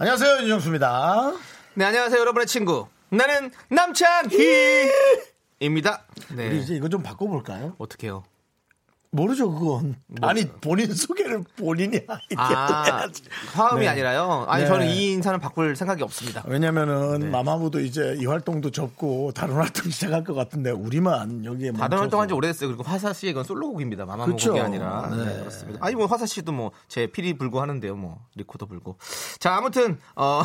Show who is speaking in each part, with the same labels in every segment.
Speaker 1: 안녕하세요 윤정수입니다.
Speaker 2: 네, 안녕하세요, 여러분의 친구. 나는 남창희입니다. 네.
Speaker 1: 우리 이제 이거 좀 바꿔볼까요?
Speaker 2: 어떻게요?
Speaker 1: 모르죠 그건. 아니 본인 소개를 본인이
Speaker 2: 아,
Speaker 1: 아이디어야지.
Speaker 2: 화음이 아니라요. 아니,
Speaker 1: 네.
Speaker 2: 저는 이 인사는 바꿀 생각이 없습니다.
Speaker 1: 왜냐면은
Speaker 2: 네.
Speaker 1: 마마무도 이제 이 활동도 접고 다른 활동 시작할 것 같은데 우리만 여기에
Speaker 2: 다른
Speaker 1: 멈춰서.
Speaker 2: 활동한 지 오래됐어요. 그리고 화사 씨의 이건 솔로곡입니다. 마마무
Speaker 1: 그쵸.
Speaker 2: 곡이 아니라. 네,
Speaker 1: 네.
Speaker 2: 그렇습니다. 아니, 뭐 화사 씨도 뭐 제 필이 불고 하는데요. 뭐 리코더 불고. 자, 아무튼 어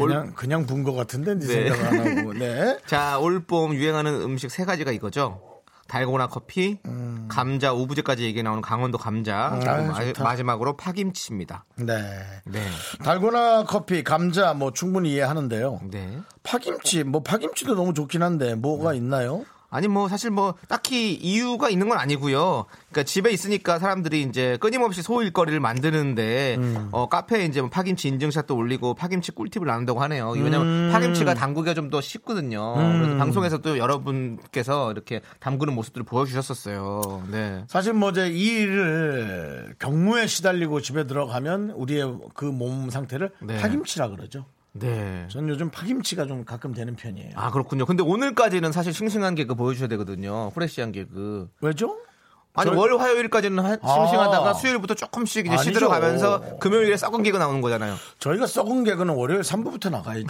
Speaker 2: 올,
Speaker 1: 그냥 그냥 분 것 같은데 네
Speaker 2: 네.
Speaker 1: 생각 안 하고. 네.
Speaker 2: 자, 올봄 유행하는 음식 세 가지가 이거죠. 달고나 커피, 감자, 오브제까지 얘기 나오는 강원도 감자. 그리고 마-
Speaker 1: 음. 좋다.
Speaker 2: 마지막으로 파김치입니다.
Speaker 1: 네.
Speaker 2: 네.
Speaker 1: 달고나 커피, 감자 뭐 충분히 이해하는데요.
Speaker 2: 네.
Speaker 1: 파김치 뭐 파김치도 너무 좋긴 한데 뭐가 있나요?
Speaker 2: 아니 뭐 사실 뭐 딱히 이유가 있는 건 아니고요. 그러니까 집에 있으니까 사람들이 이제 끊임없이 소일거리를 만드는데
Speaker 1: 음.
Speaker 2: 어, 카페에 이제 뭐 파김치 인증샷도 올리고 파김치 꿀팁을 나눈다고 하네요. 왜냐면
Speaker 1: 음.
Speaker 2: 파김치가 담그기가 좀 더 쉽거든요. 그래서 방송에서도 여러분께서 이렇게 담그는 모습들을 보여주셨었어요. 네.
Speaker 1: 사실 뭐 이제 이 일을 경무에 시달리고 집에 들어가면 우리의 그 몸 상태를
Speaker 2: 네.
Speaker 1: 파김치라 그러죠.
Speaker 2: 네.
Speaker 1: 전 요즘 파김치가 좀 가끔 되는 편이에요.
Speaker 2: 아 그렇군요. 근데 오늘까지는 사실 싱싱한 개그 보여주셔야 되거든요. 프레시한 개그.
Speaker 1: 왜죠?
Speaker 2: 아니
Speaker 1: 저희-
Speaker 2: 월 화요일까지는 하-
Speaker 1: 아.
Speaker 2: 싱싱하다가 수요일부터 조금씩 이제
Speaker 1: 아니죠.
Speaker 2: 시들어가면서 금요일에 썩은 개그 나오는 거잖아요.
Speaker 1: 저희가 썩은 개그는 월요일 3부부터 나가야죠.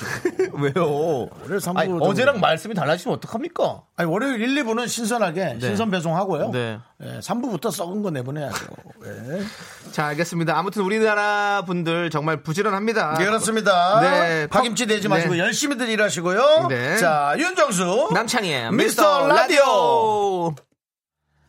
Speaker 2: 왜요?
Speaker 1: 월요일 삼부
Speaker 2: 아니,
Speaker 1: 좀-
Speaker 2: 어제랑 말씀이 달라지면 어떡합니까?
Speaker 1: 아니 월요일 1, 2부는 신선하게 신선 배송하고요.
Speaker 2: 네.
Speaker 1: 예, 3부부터 썩은 거 내보내야죠. 예.
Speaker 2: 자, 알겠습니다. 아무튼 우리나라 분들 정말 부지런합니다.
Speaker 1: 네, 그렇습니다.
Speaker 2: 아, 네.
Speaker 1: 파김치 내지 마시고
Speaker 2: 네.
Speaker 1: 열심히들 일하시고요.
Speaker 2: 네.
Speaker 1: 자, 윤정수.
Speaker 2: 남창희의
Speaker 1: 미스터
Speaker 2: 미스터 라디오.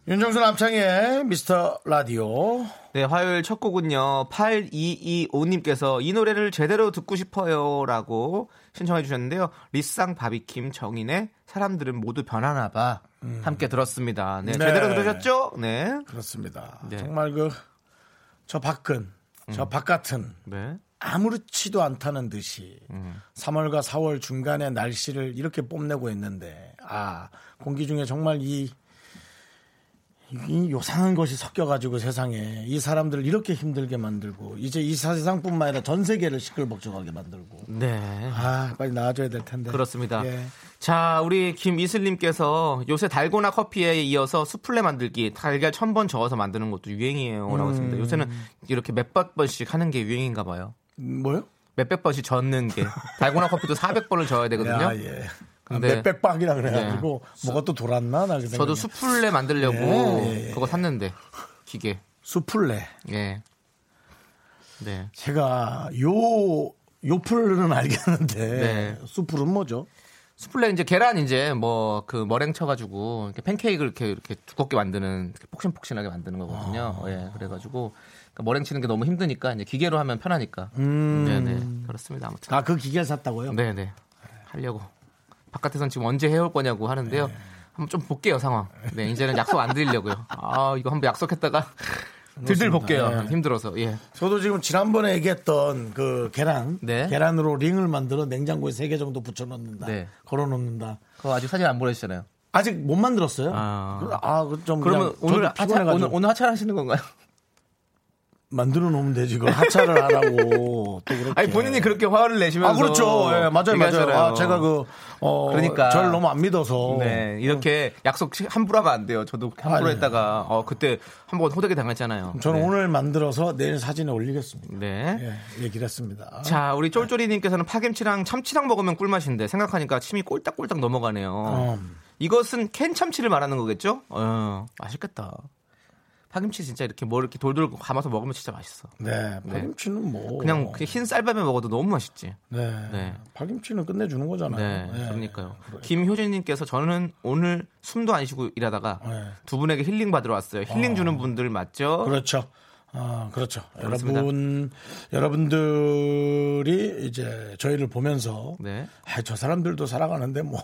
Speaker 1: 윤정수 남창의 미스터 라디오.
Speaker 2: 네, 화요일 첫 곡은요. 8225님께서 이 노래를 제대로 듣고 싶어요라고 신청해 주셨는데요. 리쌍 바비킴 정인의 사람들은 모두 변하나 봐
Speaker 1: 음.
Speaker 2: 함께 들었습니다. 네,
Speaker 1: 네.
Speaker 2: 제대로 들으셨죠? 네.
Speaker 1: 그렇습니다.
Speaker 2: 네.
Speaker 1: 정말 그, 저 밖은, 저 바깥은
Speaker 2: 네.
Speaker 1: 아무렇지도 않다는 듯이 3월과 4월 중간에 날씨를 이렇게 뽐내고 있는데, 아, 공기 중에 정말 이, 이 요상한 것이 섞여가지고 세상에 이 사람들을 이렇게 힘들게 만들고, 이제 이 세상뿐만 아니라 전 세계를 시끌벅적하게 만들고,
Speaker 2: 네.
Speaker 1: 아, 빨리 나아져야 될 텐데.
Speaker 2: 그렇습니다.
Speaker 1: 예.
Speaker 2: 자, 우리 김이슬님께서 요새 달고나 커피에 이어서 수플레 만들기 달걀 천 번 저어서 만드는 것도 유행이에요라고
Speaker 1: 음.
Speaker 2: 했습니다. 요새는 이렇게 몇백 번씩 하는 게 유행인가 봐요.
Speaker 1: 음, 뭐요?
Speaker 2: 몇백 번씩 젓는 게 달고나 커피도 400번을 저어야 되거든요.
Speaker 1: 야, 예. 아,
Speaker 2: 근데-
Speaker 1: 몇백 박이라 그래가지고 뭐가 또 돌았나 나 그래서
Speaker 2: 저도 수플레 만들려고
Speaker 1: 예, 예.
Speaker 2: 그거 샀는데 기계.
Speaker 1: 수풀레
Speaker 2: 예. 네.
Speaker 1: 제가 요 요풀은 알겠는데
Speaker 2: 네.
Speaker 1: 수풀은 뭐죠?
Speaker 2: 수플레 이제 계란 이제 뭐 그 머랭 쳐가지고 이렇게 팬케이크를 이렇게 이렇게 두껍게 만드는 이렇게 폭신폭신하게 만드는 거거든요. 예, 그래가지고 그러니까 머랭 치는 게 너무 힘드니까 이제 기계로 하면 편하니까. 네네 그렇습니다. 아무튼
Speaker 1: 아 그 기계를 샀다고요?
Speaker 2: 네네 하려고 바깥에선 지금 언제 해올 거냐고 하는데요. 한번 좀 볼게요 상황. 네 이제는 약속 안 드리려고요. 아 이거 한번 약속했다가 들들 볼게요. 힘들어서 예.
Speaker 1: 저도 지금 지난번에 얘기했던 그 계란
Speaker 2: 네.
Speaker 1: 계란으로 링을 만들어 냉장고에 세 개 정도 붙여놓는다
Speaker 2: 네.
Speaker 1: 걸어놓는다
Speaker 2: 그거 아직 사진 안 보내주잖아요.
Speaker 1: 아직 못 만들었어요.
Speaker 2: 아.
Speaker 1: 아좀
Speaker 2: 그러면 오늘 하차 오늘 오늘 하차하시는 건가요?
Speaker 1: 만들어 놓으면 되지 그걸 하차를 하라고 또 그렇게
Speaker 2: 아니 본인이 그렇게 화를 내시면서
Speaker 1: 아 그렇죠 예, 맞아요 맞아요
Speaker 2: 얘기하잖아요.
Speaker 1: 아 제가 그 어,
Speaker 2: 그러니까.
Speaker 1: 저를 너무 안 믿어서
Speaker 2: 네, 이렇게 약속 시- 함부로 하면 안 돼요. 저도 함부로
Speaker 1: 아니. 예.
Speaker 2: 했다가 어 그때 한 번 호되게 당했잖아요.
Speaker 1: 저는
Speaker 2: 네.
Speaker 1: 오늘 만들어서 내일 사진에 올리겠습니다.
Speaker 2: 네.
Speaker 1: 예, 얘기를 했습니다.
Speaker 2: 자, 우리 쫄쫄이님께서는 파김치랑 참치랑 먹으면 꿀맛인데 생각하니까 침이 꼴딱꼴딱 넘어가네요.
Speaker 1: 음.
Speaker 2: 이것은 캔 참치를 말하는 거겠죠? 어, 맛있겠다. 파김치 진짜 이렇게 뭐 이렇게 돌돌 감아서 먹으면 진짜 맛있어.
Speaker 1: 네, 파김치는 뭐
Speaker 2: 그냥 그흰 쌀밥에 먹어도 너무 맛있지.
Speaker 1: 네,
Speaker 2: 네.
Speaker 1: 파김치는 끝내주는 거잖아요.
Speaker 2: 네,
Speaker 1: 예.
Speaker 2: 그러니까요. 김효진님께서 저는 오늘 숨도 안 쉬고 일하다가
Speaker 1: 네.
Speaker 2: 어. 두 분에게 힐링 받으러 왔어요. 힐링 주는 분들 맞죠?
Speaker 1: 그렇죠. 아, 그렇죠.
Speaker 2: 그렇습니다.
Speaker 1: 여러분, 여러분들이 이제 저희를 보면서,
Speaker 2: 네.
Speaker 1: 아, 저 사람들도 살아가는데 뭐,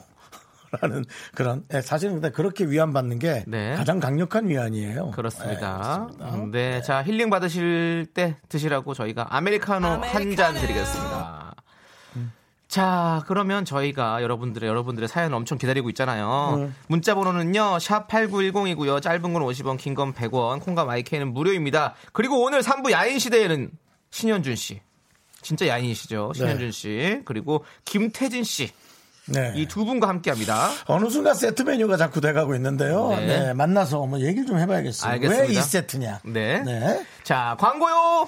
Speaker 1: 라는 그런, 예, 사실은 근데 그렇게 위안받는 게
Speaker 2: 네.
Speaker 1: 가장 강력한 위안이에요. 예,
Speaker 2: 그렇습니다.
Speaker 1: 그렇습니다.
Speaker 2: 음, 네, 자 힐링 받으실 때 드시라고 저희가 아메리카노, 음. 한 잔 드리겠습니다. 자, 그러면 저희가 여러분들의 여러분들의 사연 엄청 기다리고 있잖아요. 문자 번호는요. 샵 8910이고요. 짧은 건 50원, 긴 건 100원. 콩과 마이크는 무료입니다. 그리고 오늘 3부 야인 시대에는 신현준 씨. 진짜 야인이시죠. 신현준 씨. 그리고 김태진 씨.
Speaker 1: 네.
Speaker 2: 이 두 분과 함께 합니다.
Speaker 1: 어느 순간 세트 메뉴가 자꾸 돼가고 있는데요.
Speaker 2: 네.
Speaker 1: 네. 만나서 뭐 얘기를 좀 해봐야겠어요.
Speaker 2: 알겠습니다.
Speaker 1: 왜 이 세트냐?
Speaker 2: 네.
Speaker 1: 네.
Speaker 2: 자, 광고요.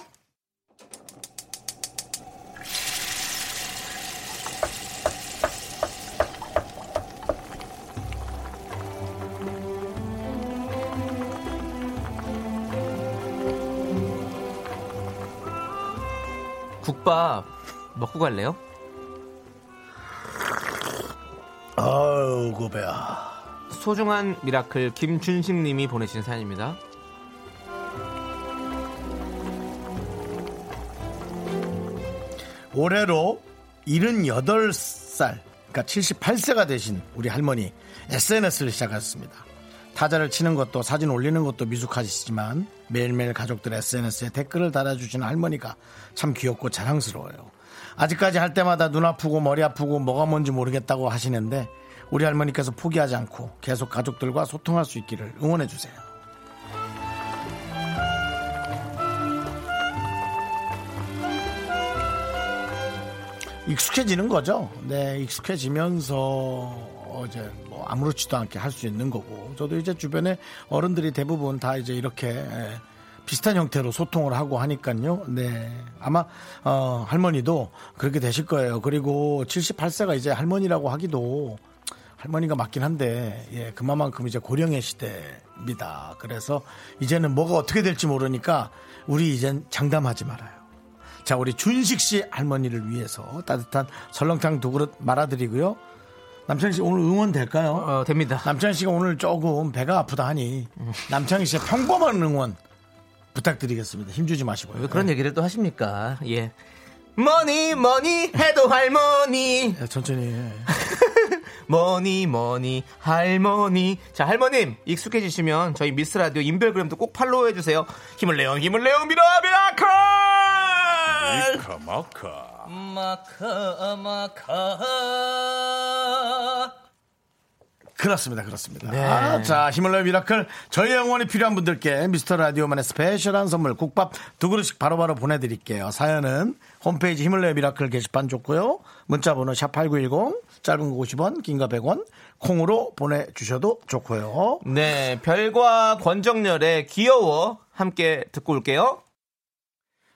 Speaker 2: 국밥 먹고 갈래요?
Speaker 1: 아유, 고배야.
Speaker 2: 소중한 미라클 김준식 님이 보내신 사연입니다.
Speaker 1: 올해로 78살, 그러니까 78세가 되신 우리 할머니 SNS를 시작하셨습니다. 타자를 치는 것도 사진 올리는 것도 미숙하시지만 매일매일 가족들 SNS에 댓글을 달아주시는 할머니가 참 귀엽고 자랑스러워요. 아직까지 할 때마다 눈 아프고 머리 아프고 뭐가 뭔지 모르겠다고 하시는데 우리 할머니께서 포기하지 않고 계속 가족들과 소통할 수 있기를 응원해 주세요. 익숙해지는 거죠. 네, 익숙해지면서 이제 뭐 아무렇지도 않게 할 수 있는 거고. 저도 이제 주변에 어른들이 대부분 다 이제 이렇게 예, 비슷한 형태로 소통을 하고 하니까요. 네. 아마 어, 할머니도 그렇게 되실 거예요. 그리고 78세가 이제 할머니라고 하기도 할머니가 맞긴 한데 예, 그만큼 이제 고령의 시대입니다. 그래서 이제는 뭐가 어떻게 될지 모르니까 우리 이젠 장담하지 말아요. 자, 우리 준식 씨 할머니를 위해서 따뜻한 설렁탕 두 그릇 말아드리고요. 남창희 씨 오늘 응원 될까요?
Speaker 2: 어, 됩니다.
Speaker 1: 남창희 씨가 오늘 조금 배가 아프다 하니 남창희 씨의 평범한 응원 부탁드리겠습니다. 힘주지 마시고요.
Speaker 2: 왜 그런 얘기를 또 하십니까? 예. 뭐니 뭐니 해도 할머니
Speaker 1: 예, 천천히. 예.
Speaker 2: 뭐니 뭐니 할머니 자 할머님 익숙해지시면 저희 미스라디오 인별그램도 꼭 팔로우해주세요 힘을 내요 힘을 내요 미라 미라클
Speaker 3: 카마카
Speaker 2: 마카 마카
Speaker 1: 그렇습니다. 그렇습니다.
Speaker 2: 네.
Speaker 1: 아, 자, 힘을 내요 미라클. 저희 응원이 필요한 분들께 미스터 라디오만의 스페셜한 선물 국밥 두 그릇씩 바로바로 보내드릴게요. 사연은 홈페이지 힘을 내요 미라클 게시판 좋고요. 문자번호 샵8910 짧은 거 50원, 긴 거 100원 콩으로 보내주셔도 좋고요.
Speaker 2: 네 별과 권정열의 귀여워 함께 듣고 올게요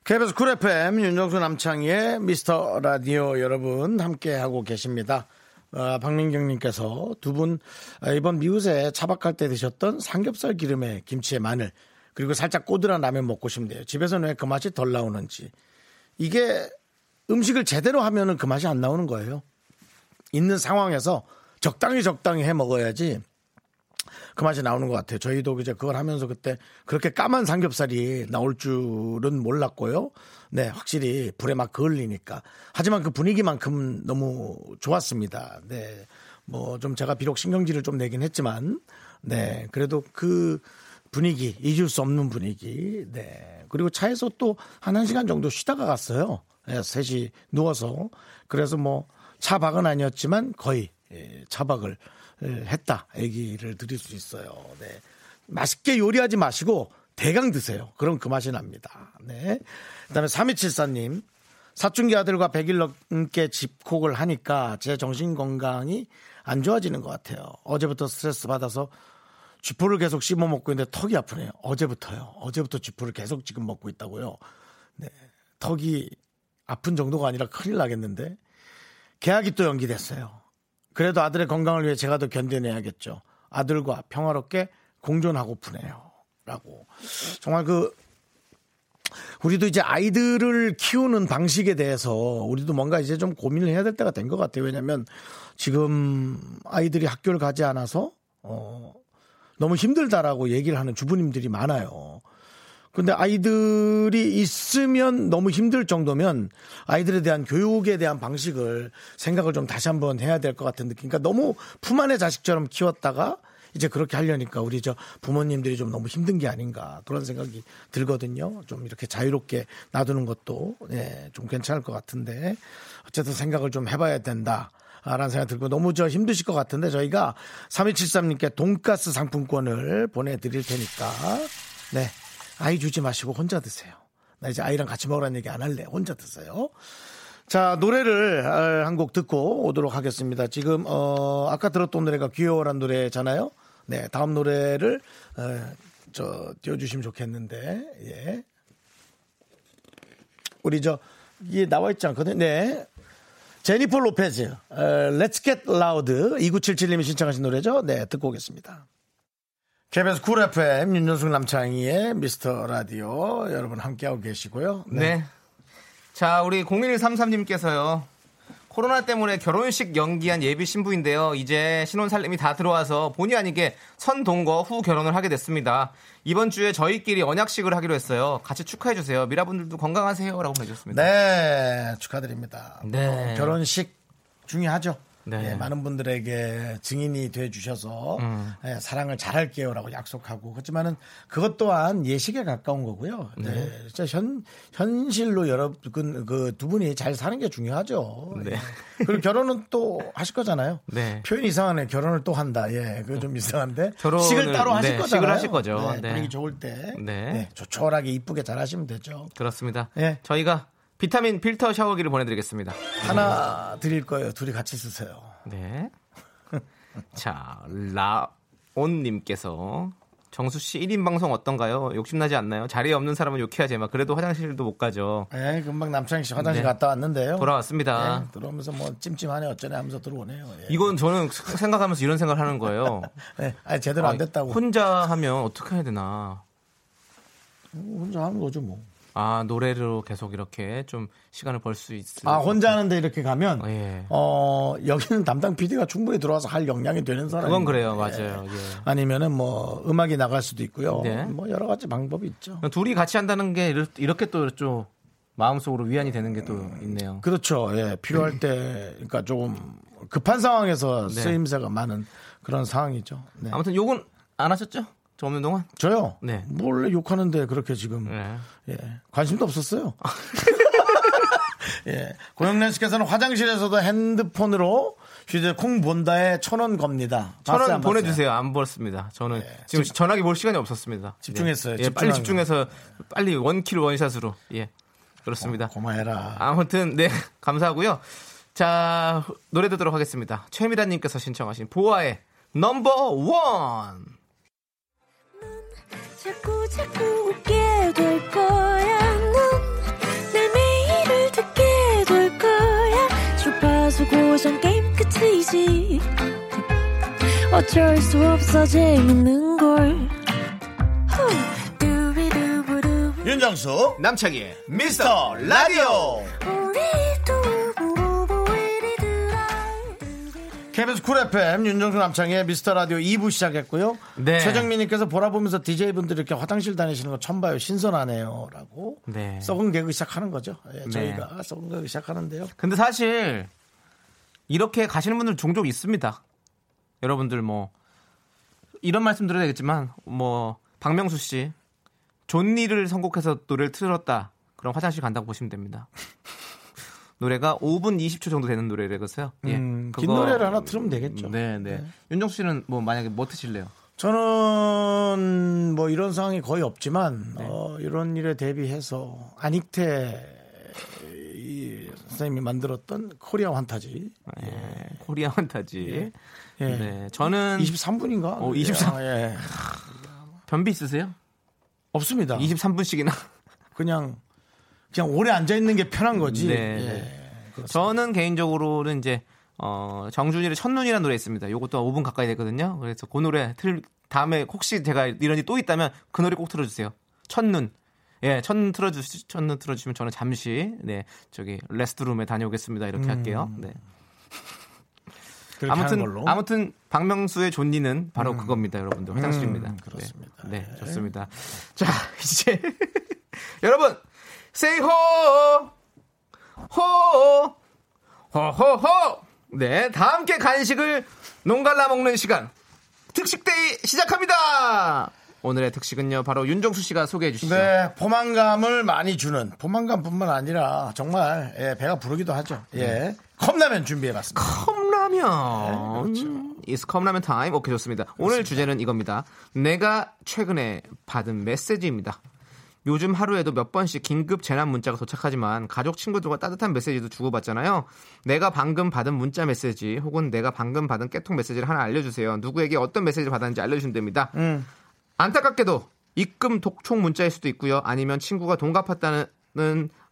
Speaker 1: KBS 쿨 FM 윤정수 남창희의 미스터 라디오 여러분 함께하고 계십니다. 아, 박민경님께서 두 분 아, 이번 미우새 차박할 때 드셨던 삼겹살 기름에 김치에 마늘 그리고 살짝 꼬들한 라면 먹고 싶네요. 집에서는 왜 그 맛이 덜 나오는지 이게 음식을 제대로 하면은 그 맛이 안 나오는 거예요. 있는 상황에서 적당히 적당히 해 먹어야지 그 맛이 나오는 것 같아요. 저희도 이제 그걸 하면서 그때 그렇게 까만 삼겹살이 나올 줄은 몰랐고요. 네, 확실히 불에 막 그을리니까. 하지만 그 분위기만큼 너무 좋았습니다. 네, 뭐 좀 제가 비록 신경질을 좀 내긴 했지만, 네, 그래도 그 분위기 잊을 수 없는 분위기. 네, 그리고 차에서 또 한 한 시간 정도 쉬다가 갔어요. 네, 셋이 누워서 그래서 뭐 차박은 아니었지만 거의 예, 차박을 했다 얘기를 드릴 수 있어요. 네. 맛있게 요리하지 마시고 대강 드세요. 그럼 그 맛이 납니다. 네. 그다음에 3274님 사춘기 아들과 100일 넘게 집콕을 하니까 제 정신 건강이 안 좋아지는 것 같아요. 어제부터 스트레스 받아서 쥐포를 계속 씹어 먹고 있는데 턱이 아프네요. 어제부터요. 어제부터 쥐포를 계속 지금 먹고 있다고요. 네. 턱이 아픈 정도가 아니라 큰일 나겠는데 계약이 또 연기됐어요. 그래도 아들의 건강을 위해 제가 더 견뎌내야겠죠. 아들과 평화롭게 공존하고프네요. 라고 정말 그 우리도 이제 아이들을 키우는 방식에 대해서 우리도 뭔가 이제 좀 고민을 해야 될 때가 된 것 같아요. 왜냐하면 지금 아이들이 학교를 가지 않아서 어, 너무 힘들다라고 얘기를 하는 주부님들이 많아요. 근데 아이들이 있으면 너무 힘들 정도면 아이들에 대한 교육에 대한 방식을 생각을 좀 다시 한번 해야 될 것 같은 느낌. 그러니까 너무 품 안의 자식처럼 키웠다가 이제 그렇게 하려니까 우리 저 부모님들이 좀 너무 힘든 게 아닌가 그런 생각이 들거든요. 좀 이렇게 자유롭게 놔두는 것도 예, 좀 괜찮을 것 같은데 어쨌든 생각을 좀 해봐야 된다. 라는 생각 들고 너무 저 힘드실 것 같은데 저희가 3273님께 돈가스 상품권을 보내드릴 테니까 네 아이 주지 마시고 혼자 드세요. 나 이제 아이랑 같이 먹으라는 얘기 안 할래. 혼자 드세요. 자 노래를 아, 한 곡 듣고 오도록 하겠습니다. 지금 어, 아까 들었던 노래가 귀여워란 노래잖아요. 네 다음 노래를 어, 저 띄워주시면 좋겠는데 예 우리 저 이게 나와 있지 않거든요. 네 제니퍼 로페즈 어, Let's Get Loud 2977님이 신청하신 노래죠. 네 듣고 오겠습니다. KBS 쿨 FM 윤정수 남창희의 미스터 라디오 여러분 함께하고 계시고요.
Speaker 2: 네. 자, 우리 0133님께서요. 코로나 때문에 결혼식 연기한 예비 신부인데요. 이제 신혼 살림이 다 들어와서 본의 아니게 선동거 후 결혼을 하게 됐습니다. 이번 주에 저희끼리 언약식을 하기로 했어요. 같이 축하해 주세요. 미라분들도 건강하세요라고 보내주셨습니다.
Speaker 1: 네, 축하드립니다.
Speaker 2: 네.
Speaker 1: 어, 결혼식 중요하죠.
Speaker 2: 네.
Speaker 1: 예, 많은 분들에게 증인이 돼 주셔서
Speaker 2: 음.
Speaker 1: 예, 사랑을 잘할게요라고 약속하고 그렇지만은 그것 또한 예식에 가까운 거고요. 네. 진짜 현 현실로 여러분 그두 분이 잘 사는 게 중요하죠.
Speaker 2: 네.
Speaker 1: 예. 그리고 결혼은 또 하실 거잖아요.
Speaker 2: 네.
Speaker 1: 표현 이상하네. 결혼을 또 한다. 예, 그거 좀 이상한데.
Speaker 2: 결혼을-
Speaker 1: 식을 따로 하실
Speaker 2: 네,
Speaker 1: 거잖아요.
Speaker 2: 식을 하실 거죠.
Speaker 1: 네,
Speaker 2: 네.
Speaker 1: 분위기 좋을 때.
Speaker 2: 네.
Speaker 1: 네, 조촐하게 이쁘게 잘 하시면 되죠.
Speaker 2: 그렇습니다.
Speaker 1: 예.
Speaker 2: 저희가 비타민 필터 샤워기를 보내드리겠습니다.
Speaker 1: 하나 드릴 거예요. 둘이 같이 쓰세요.
Speaker 2: 네. 자, 라온님께서 정수 씨 1인 방송 어떤가요? 욕심나지 않나요? 자리에 없는 사람은 욕해야 제막 그래도 화장실도 못 가죠.
Speaker 1: 예, 금방 남창희 씨 화장실
Speaker 2: 네.
Speaker 1: 갔다 왔는데요.
Speaker 2: 돌아왔습니다.
Speaker 1: 예, 들어오면서 뭐 찜찜하네 어쩌네 하면서 들어오네요. 예.
Speaker 2: 이건 저는 생각하면서 이런 생각을 하는 거예요.
Speaker 1: 예, 아니 제대로 안 됐다고.
Speaker 2: 아, 혼자 하면 어떻게 해야 되나.
Speaker 1: 혼자 하는 거죠 뭐.
Speaker 2: 아, 노래로 계속 이렇게 좀 시간을 벌 수 있을.
Speaker 1: 아 혼자 하는데 이렇게 가면
Speaker 2: 예.
Speaker 1: 어 여기는 담당 PD가 충분히 들어와서 할 역량이 되는 사람.
Speaker 2: 그건 그래요. 맞아요. 예.
Speaker 1: 아니면은 뭐 음악이 나갈 수도 있고요.
Speaker 2: 네.
Speaker 1: 뭐 여러 가지 방법이 있죠.
Speaker 2: 둘이 같이 한다는 게 이렇- 이렇게 또 좀 마음속으로 위안이 되는 게 또 있네요.
Speaker 1: 그렇죠. 예, 필요할 때 그러니까 조금 급한 상황에서
Speaker 2: 네.
Speaker 1: 쓰임새가 많은 그런 상황이죠. 네.
Speaker 2: 아무튼 욕은 안 하셨죠? 저 없는 동안?
Speaker 1: 저요.
Speaker 2: 네.
Speaker 1: 몰래 욕하는데 그렇게 지금
Speaker 2: 네. 아.
Speaker 1: 예. 관심도 없었어요. 예. 고영란 씨께서는 화장실에서도 핸드폰으로 휴대 콩 본다에 천 원 겁니다. 네.
Speaker 2: 천
Speaker 1: 봤어요,
Speaker 2: 원
Speaker 1: 안
Speaker 2: 보내주세요. 안 벌었습니다. 저는 지금 전화기 볼 시간이 없었습니다.
Speaker 1: 집중했어요,
Speaker 2: 예, 예, 빨리
Speaker 1: 집중하는
Speaker 2: 집중해서 빨리 원킬 원샷으로 예 그렇습니다.
Speaker 1: 봤어요? 고마해라.
Speaker 2: 아무튼 네 감사하고요. 자 노래 듣도록 하겠습니다. 최미란님께서 신청하신 보아의 넘버 원.
Speaker 4: 자꾸 자꾸 웃게 될 거야. 넌내 매일을 듣게 될 거야. 주파수 고정 게임 끝이지. 어쩔 수 없어 재밌는 걸. 후. 두비두부두.
Speaker 1: 윤정수
Speaker 2: 남창희의
Speaker 1: 미스터 라디오.
Speaker 4: 우리 두부부부 우리 두라. 두비두부.
Speaker 1: KBS 쿨 FM 윤정수 남창의 미스터 라디오 2부 시작했고요.
Speaker 2: 네.
Speaker 1: 최정민님께서 보라 보면서 DJ 분들이 이렇게 화장실 다니시는 거 처음 봐요. 신선하네요.라고
Speaker 2: 네.
Speaker 1: 썩은 개그 시작하는 거죠. 예,
Speaker 2: 네.
Speaker 1: 저희가 썩은 개그 시작하는데요.
Speaker 2: 근데 사실 이렇게 가시는 분들 종종 있습니다. 여러분들 뭐 이런 말씀 드려야 되겠지만 뭐 박명수 씨 존니를 선곡해서 노래를 틀었다. 그럼 화장실 간다고 보시면 됩니다. 노래가 5분 20초 정도 되는 노래라서요. 예.
Speaker 1: 음, 긴
Speaker 2: 그거-
Speaker 1: 노래를 하나 틀으면 되겠죠.
Speaker 2: 네, 네. 윤정수 씨는 뭐 만약에 뭐 드실래요?
Speaker 1: 저는 뭐 이런 상황이 거의 없지만
Speaker 2: 네.
Speaker 1: 어, 이런 일에 대비해서 안익태 이 선생님이 만들었던 코리아 환타지
Speaker 2: 예, 코리아 환타지.
Speaker 1: 예.
Speaker 2: 네. 저는
Speaker 1: 23분인가?
Speaker 2: 어, 23.
Speaker 1: 예.
Speaker 2: 변비 있으세요?
Speaker 1: 없습니다.
Speaker 2: 23분씩이나.
Speaker 1: 그냥 그냥 오래 앉아 있는 게 편한 거지.
Speaker 2: 네,
Speaker 1: 예.
Speaker 2: 저는 개인적으로는 이제 어, 정준일의 첫눈이라는 노래 있습니다. 요것도 5분 가까이 됐거든요. 그래서 그 노래 틀 다음에 혹시 제가 이런 일이 또 있다면 그 노래 꼭 틀어주세요. 첫눈. 예, 첫눈 틀어주 첫눈 틀어주시면 저는 잠시 네 저기 레스트룸에 다녀오겠습니다. 이렇게 할게요. 네.
Speaker 1: 그렇게
Speaker 2: 아무튼
Speaker 1: 하는 걸로.
Speaker 2: 아무튼 박명수의 존니는 바로 그겁니다, 여러분들. 화장실입니다.
Speaker 1: 음, 그렇습니다.
Speaker 2: 네, 네, 좋습니다. 자, 이제 여러분, say ho, ho, ho, ho, ho. 네, 다 함께 간식을 농갈라 먹는 시간 특식데이 시작합니다. 오늘의 특식은요, 바로 윤정수 씨가 소개해 주시죠.
Speaker 1: 네, 포만감을 많이 주는 포만감뿐만 아니라 정말 예, 배가 부르기도 하죠.
Speaker 2: 네.
Speaker 1: 예, 컵라면 준비해봤습니다.
Speaker 2: 컵라면. 이스 컵라면 타임. 오케이 좋습니다. 오늘 주제는 이겁니다. 내가 최근에 받은 메시지입니다. 요즘 하루에도 몇 번씩 긴급 재난 문자가 도착하지만 가족 친구들과 따뜻한 메시지도 주고받잖아요. 내가 방금 받은 문자 메시지 혹은 내가 방금 받은 깨통 메시지를 하나 알려주세요. 누구에게 어떤 메시지를 받았는지 알려주시면 됩니다. 안타깝게도 입금 독촉 문자일 수도 있고요. 아니면 친구가 돈 갚았다는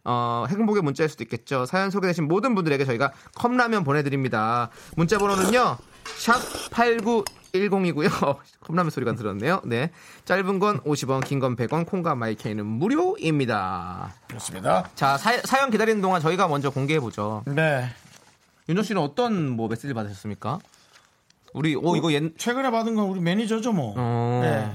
Speaker 2: 어, 행복의 문자일 수도 있겠죠. 사연 소개되신 모든 분들에게 저희가 컵라면 보내드립니다. 문자 번호는요. 샵 8910이고요. 컵라면 소리가 들었네요. 네. 짧은 건 50원, 긴 건 100원, 콩과 마이케이는 무료입니다.
Speaker 1: 그렇습니다.
Speaker 2: 자, 사, 사연 기다리는 동안 저희가 먼저 공개해보죠.
Speaker 1: 네,
Speaker 2: 윤정 씨는 어떤 뭐 메시지 받으셨습니까? 우리, 오, 이거 옛,
Speaker 1: 최근에 받은 건 우리 매니저죠 뭐.
Speaker 2: 어,
Speaker 1: 네.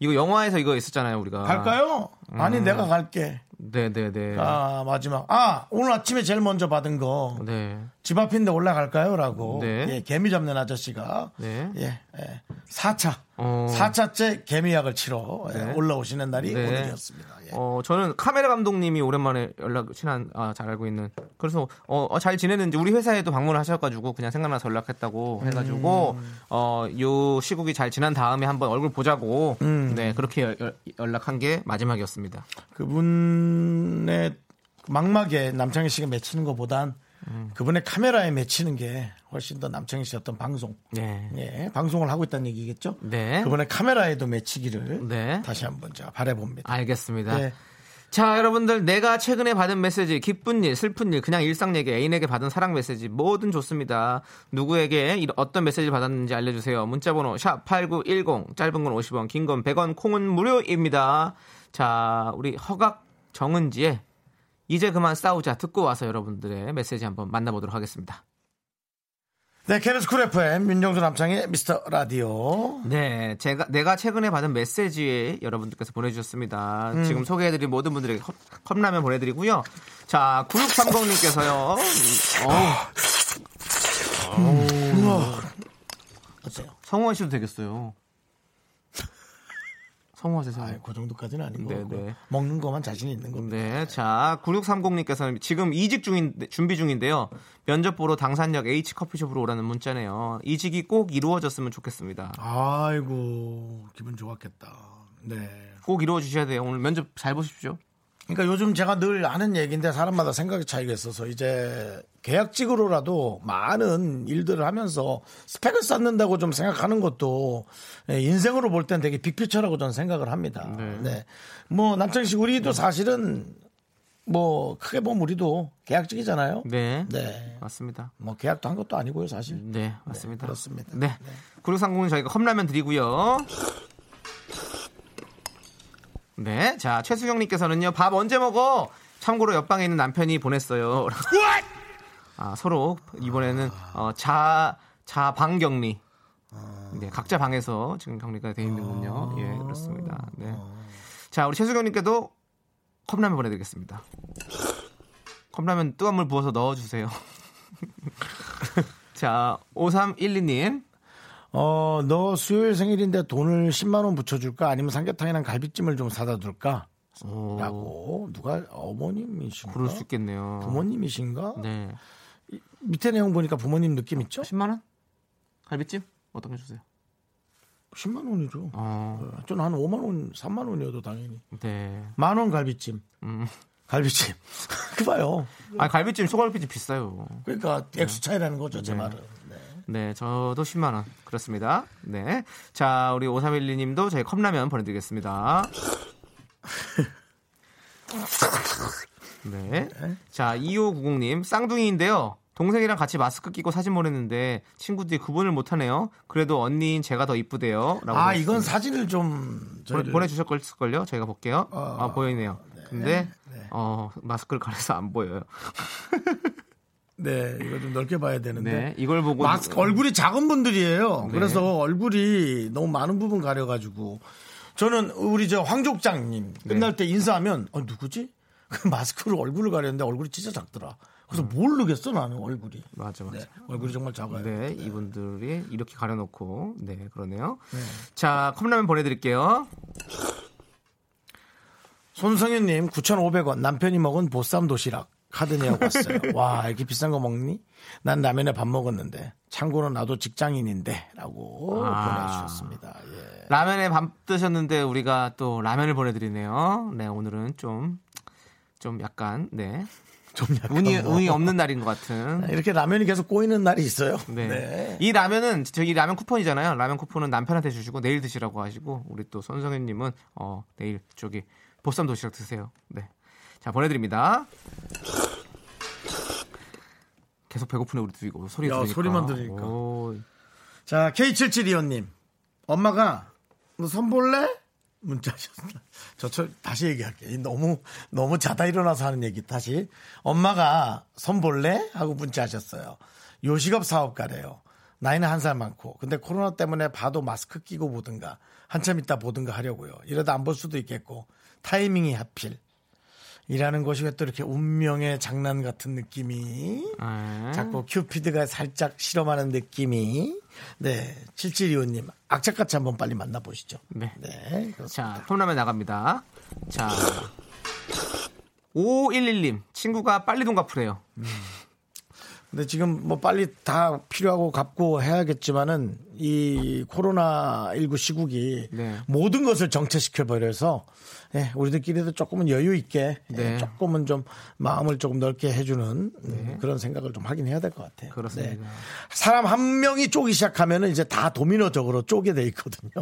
Speaker 2: 이거 영화에서 이거 있었잖아요, 우리가.
Speaker 1: 갈까요? 아니 내가 갈게.
Speaker 2: 네네네.
Speaker 1: 아 마지막. 아 오늘 아침에 제일 먼저 받은 거 집
Speaker 2: 네.
Speaker 1: 앞인데 올라갈까요?라고.
Speaker 2: 네.
Speaker 1: 예, 개미 잡는 아저씨가
Speaker 2: 네.
Speaker 1: 예, 예 4차
Speaker 2: 어.
Speaker 1: 4차째 개미약을 치러 예,
Speaker 2: 네.
Speaker 1: 올라오시는 날이
Speaker 2: 네.
Speaker 1: 오늘이었습니다. 예.
Speaker 2: 어, 저는 카메라 감독님이 오랜만에 연락, 친한, 아, 잘 알고 있는. 그래서, 어, 어, 잘 지내는지 우리 회사에도 방문을 하셔가지고 그냥 생각나서
Speaker 1: 음.
Speaker 2: 연락했다고 해가지고, 어, 요 시국이 잘 지난 다음에 한번 얼굴 보자고,
Speaker 1: 음.
Speaker 2: 네, 그렇게 열- 열- 연락한 게 마지막이었습니다.
Speaker 1: 그분의 막막에 남창희 씨가 맺히는 것보단
Speaker 2: 음.
Speaker 1: 그분의 카메라에 맺히는 게 훨씬 더 남창희 씨 어떤 방송,
Speaker 2: 네.
Speaker 1: 예, 방송을 하고 있다는 얘기겠죠?
Speaker 2: 네.
Speaker 1: 그분의 카메라에도 맺히기를
Speaker 2: 네. 아,
Speaker 1: 다시 한번 제가 바라봅니다.
Speaker 2: 알겠습니다.
Speaker 1: 네.
Speaker 2: 자, 여러분들, 내가 최근에 받은 메시지, 기쁜 일, 슬픈 일, 그냥 일상 얘기, 애인에게 받은 사랑 메시지, 뭐든 좋습니다. 누구에게 이런- 어떤 메시지 받았는지 알려주세요. 문자번호, 샵8910, 짧은 건 50원, 긴 건 100원, 콩은 무료입니다. 자, 우리 허각 정은지의 이제 그만 싸우자 듣고 와서 여러분들의 메시지 한번 만나보도록 하겠습니다.
Speaker 1: 네, 케빈스 쿨 FM 윤정수 남창희 미스터 라디오.
Speaker 2: 네, 제가 내가 최근에 받은 메시지 여러분들께서 보내주셨습니다. 지금 소개해드린 모든 분들에게 컵, 컵라면 보내드리고요. 자, 9630님께서요.
Speaker 1: 어때요?
Speaker 2: 성우하셔도 되겠어요. 성우하세요.
Speaker 1: 아, 그 정도까지는 아니고
Speaker 2: 네,
Speaker 1: 그
Speaker 2: 네.
Speaker 1: 먹는 것만 자신 있는 겁니다.
Speaker 2: 네, 자, 9630님께서는 지금 이직 중인 준비 중인데요. 면접 보러 당산역 H 커피숍으로 오라는 문자네요. 이직이 꼭 이루어졌으면 좋겠습니다.
Speaker 1: 아이고 기분 좋았겠다. 네.
Speaker 2: 꼭 이루어 주셔야 돼요. 오늘 면접 잘 보십시오.
Speaker 1: 그러니까 요즘 제가 늘 아는 얘기인데 사람마다 생각의 차이가 있어서 이제 계약직으로라도 많은 일들을 하면서 스펙을 쌓는다고 좀 생각하는 것도 예, 인생으로 볼 땐 되게 빅피처라고 저는 생각을 합니다. 네. 뭐 남창 씨 우리도
Speaker 2: 네.
Speaker 1: 사실은 뭐 크게 보면 우리도 계약직이잖아요.
Speaker 2: 네,
Speaker 1: 네.
Speaker 2: 맞습니다.
Speaker 1: 뭐 계약도 한 것도 아니고요, 사실.
Speaker 2: 네, 맞습니다.
Speaker 1: 그렇습니다.
Speaker 2: 네. 구루상공은 저희가 컵라면 드리고요. 네. 자, 최수경님께서는요, 밥 언제 먹어? 참고로 옆방에 있는 남편이 보냈어요. 아, 서로 이번에는 어, 자, 자방 격리.
Speaker 1: 아.
Speaker 2: 네, 각자 방에서 지금 격리가 되어 있는군요. 예, 그렇습니다. 네.
Speaker 1: 아.
Speaker 2: 자, 우리 최수경님께도 컵라면 보내드리겠습니다. 컵라면 뜨거운 물 부어서 넣어주세요. 자, 5312님.
Speaker 1: 어, 너 수요일 생일인데 돈을 10만 원 붙여 줄까? 아니면 삼계탕이랑 갈비찜을 좀 사다 둘까?
Speaker 2: 오,
Speaker 1: 라고 누가 어머님이신가?
Speaker 2: 어. 그럴 수 있겠네요.
Speaker 1: 부모님이신가?
Speaker 2: 네.
Speaker 1: 밑에 내용 보니까 부모님 느낌 있죠?
Speaker 2: 10만 원? 갈비찜? 어떤 거 주세요?
Speaker 1: 10만 원이죠.
Speaker 2: 어.
Speaker 1: 저는 한 5만 원, 3만 원이어도 당연히.
Speaker 2: 네.
Speaker 1: 만 원 갈비찜.
Speaker 2: 음.
Speaker 1: 갈비찜. 그 봐요.
Speaker 2: 아, 갈비찜, 소갈비찜 비싸요.
Speaker 1: 그러니까 액수 차이라는 거죠, 제
Speaker 2: 네.
Speaker 1: 말은. 네.
Speaker 2: 네, 저도 10만 원. 그렇습니다. 네. 자, 우리 5312 님도 저희 컵라면 보내 드리겠습니다. 네. 자, 2590 님, 쌍둥이인데요. 동생이랑 같이 마스크 끼고 사진 보냈는데 친구들이 구분을 못 하네요. 그래도 언니인 제가 더 이쁘대요라고.
Speaker 1: 아, 이건 사진을 좀
Speaker 2: 보내,
Speaker 1: 저희를- 네.
Speaker 2: 보내주실 걸걸요. 저희가 볼게요. 아 보이네요. 근데 어, 마스크를 가려서 안 보여요.
Speaker 1: 네, 이거 좀 넓게 봐야 되는데.
Speaker 2: 네, 이걸 보고
Speaker 1: 막 얼굴이 작은 분들이에요.
Speaker 2: 네.
Speaker 1: 그래서 얼굴이 너무 많은 부분 가려가지고 저는 우리 저
Speaker 2: 네.
Speaker 1: 황족장님 끝날 때 인사하면 어, 누구지? 그 마스크로 얼굴을 가렸는데 얼굴이 진짜 작더라. 그래서 모르겠어 나는 얼굴이.
Speaker 2: 음. 맞아 맞아.
Speaker 1: 네, 얼굴이 정말 작아요.
Speaker 2: 네, 이분들이 이렇게 가려놓고 네 그러네요. 자 컵라면 보내드릴게요.
Speaker 1: 손성현님 9,500원 남편이 먹은 보쌈 도시락 카드 내고 왔어요. 와 이렇게 비싼 거 먹니? 난 라면에 밥 먹었는데 참고로 나도 직장인인데라고
Speaker 2: 아.
Speaker 1: 보내주셨습니다. 예.
Speaker 2: 라면에 밥 드셨는데 우리가 또 라면을 보내드리네요. 네 오늘은 좀 좀 약간 네
Speaker 1: 좀 약간
Speaker 2: 운이
Speaker 1: 뭐.
Speaker 2: 운이 없는 날인 것 같은.
Speaker 1: 이렇게 라면이 계속 꼬이는 날이 있어요.
Speaker 2: 네.
Speaker 1: 네.
Speaker 2: 이 라면은 저기 라면 쿠폰이잖아요. 라면 쿠폰은 남편한테 주시고 내일 드시라고 하시고 우리 또 손성현님은 어 내일 저기 보쌈 도시락 드세요. 네. 자 보내드립니다. 계속 배고프네 우리 이거 소리
Speaker 1: 야,
Speaker 2: 들으니까.
Speaker 1: 소리만 들으니까.
Speaker 2: 오,
Speaker 1: 자 K7725님 엄마가 너선 볼래? 문자셨다. 저, 저 다시 얘기할게. 이 너무 너무 자다 일어나서 하는 얘기 다시. 엄마가 선 볼래? 하고 문자하셨어요. 요식업 사업가래요. 나이는 한 살 많고 근데 코로나 때문에 봐도 마스크 끼고 보든가 한참 있다 보든가 하려고요. 이러다 안 볼 수도 있겠고 타이밍이 하필 일하는 곳이 왜 또 이렇게 운명의 장난 같은 느낌이
Speaker 2: 아.
Speaker 1: 자꾸 큐피드가 살짝 실험하는 느낌이 네 7725님 악착같이 한번 빨리 만나보시죠
Speaker 2: 네.
Speaker 1: 네 그렇습니다.
Speaker 2: 자, 컵라면 나갑니다. 자. 511님, 친구가 빨리 돈 갚으래요.
Speaker 1: 근데 지금 뭐 빨리 다 필요하고 갚고 해야겠지만은 이 코로나 19 시국이
Speaker 2: 네.
Speaker 1: 모든 것을 정체시켜 버려서 예, 우리들끼리도 조금은 여유 있게 예,
Speaker 2: 네.
Speaker 1: 조금은 좀 마음을 조금 넓게 해주는 음, 그런 생각을 좀 하긴 해야 될 것 같아요. 네.
Speaker 2: 그렇습니다.
Speaker 1: 사람 한 명이 쪼기 시작하면은 이제 다 도미노적으로 쪼게 돼 있거든요.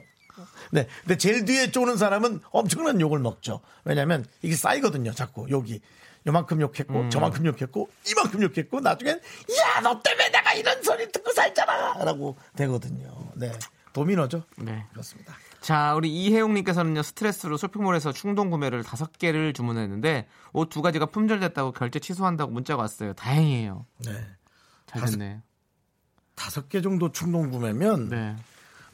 Speaker 1: 네, 근데 제일 뒤에 쪼는 사람은 엄청난 욕을 먹죠. 왜냐하면 이게 쌓이거든요. 자꾸 욕이 요만큼 욕했고 저만큼 욕했고 이만큼 욕했고 나중엔 야 너 때문에 내가 이런 소리 듣고 살잖아라고 되거든요. 네, 도미노죠.
Speaker 2: 네.
Speaker 1: 그렇습니다.
Speaker 2: 자, 우리 이혜용님께서는요, 스트레스로 쇼핑몰에서 충동 구매를 다섯 개를 주문했는데, 옷 두 가지가 품절됐다고 결제 취소한다고 문자가 왔어요. 다행이에요.
Speaker 1: 네,
Speaker 2: 잘
Speaker 1: 다섯-
Speaker 2: 됐네.
Speaker 1: 다섯 개 정도 충동 구매면
Speaker 2: 네.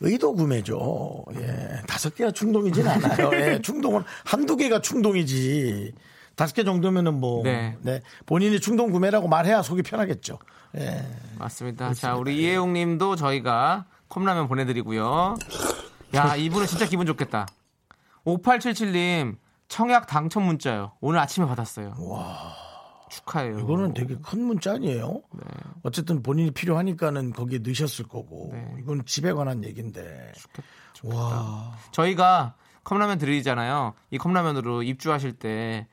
Speaker 1: 의도 구매죠. 예. 다섯 개가 충동이진 않아요. 예. 충동은 한두 개가 충동이지. 다섯 개 정도면은 뭐.
Speaker 2: 네.
Speaker 1: 네. 본인이 충동 구매라고 말해야 속이 편하겠죠. 예.
Speaker 2: 맞습니다. 자, 우리 이혜용님도 저희가 컵라면 보내드리고요. 야, 이분은 진짜 기분 좋겠다. 5877님, 청약 당첨 문자요. 오늘 아침에 받았어요. 와. 축하해요.
Speaker 1: 이거는 되게 큰 문자 아니에요?
Speaker 2: 네.
Speaker 1: 어쨌든 본인이 필요하니까는 거기에 넣으셨을 거고.
Speaker 2: 네.
Speaker 1: 이건 집에 관한 얘기인데. 와.
Speaker 2: 저희가 컵라면 드리잖아요. 이 컵라면으로 입주하실 때,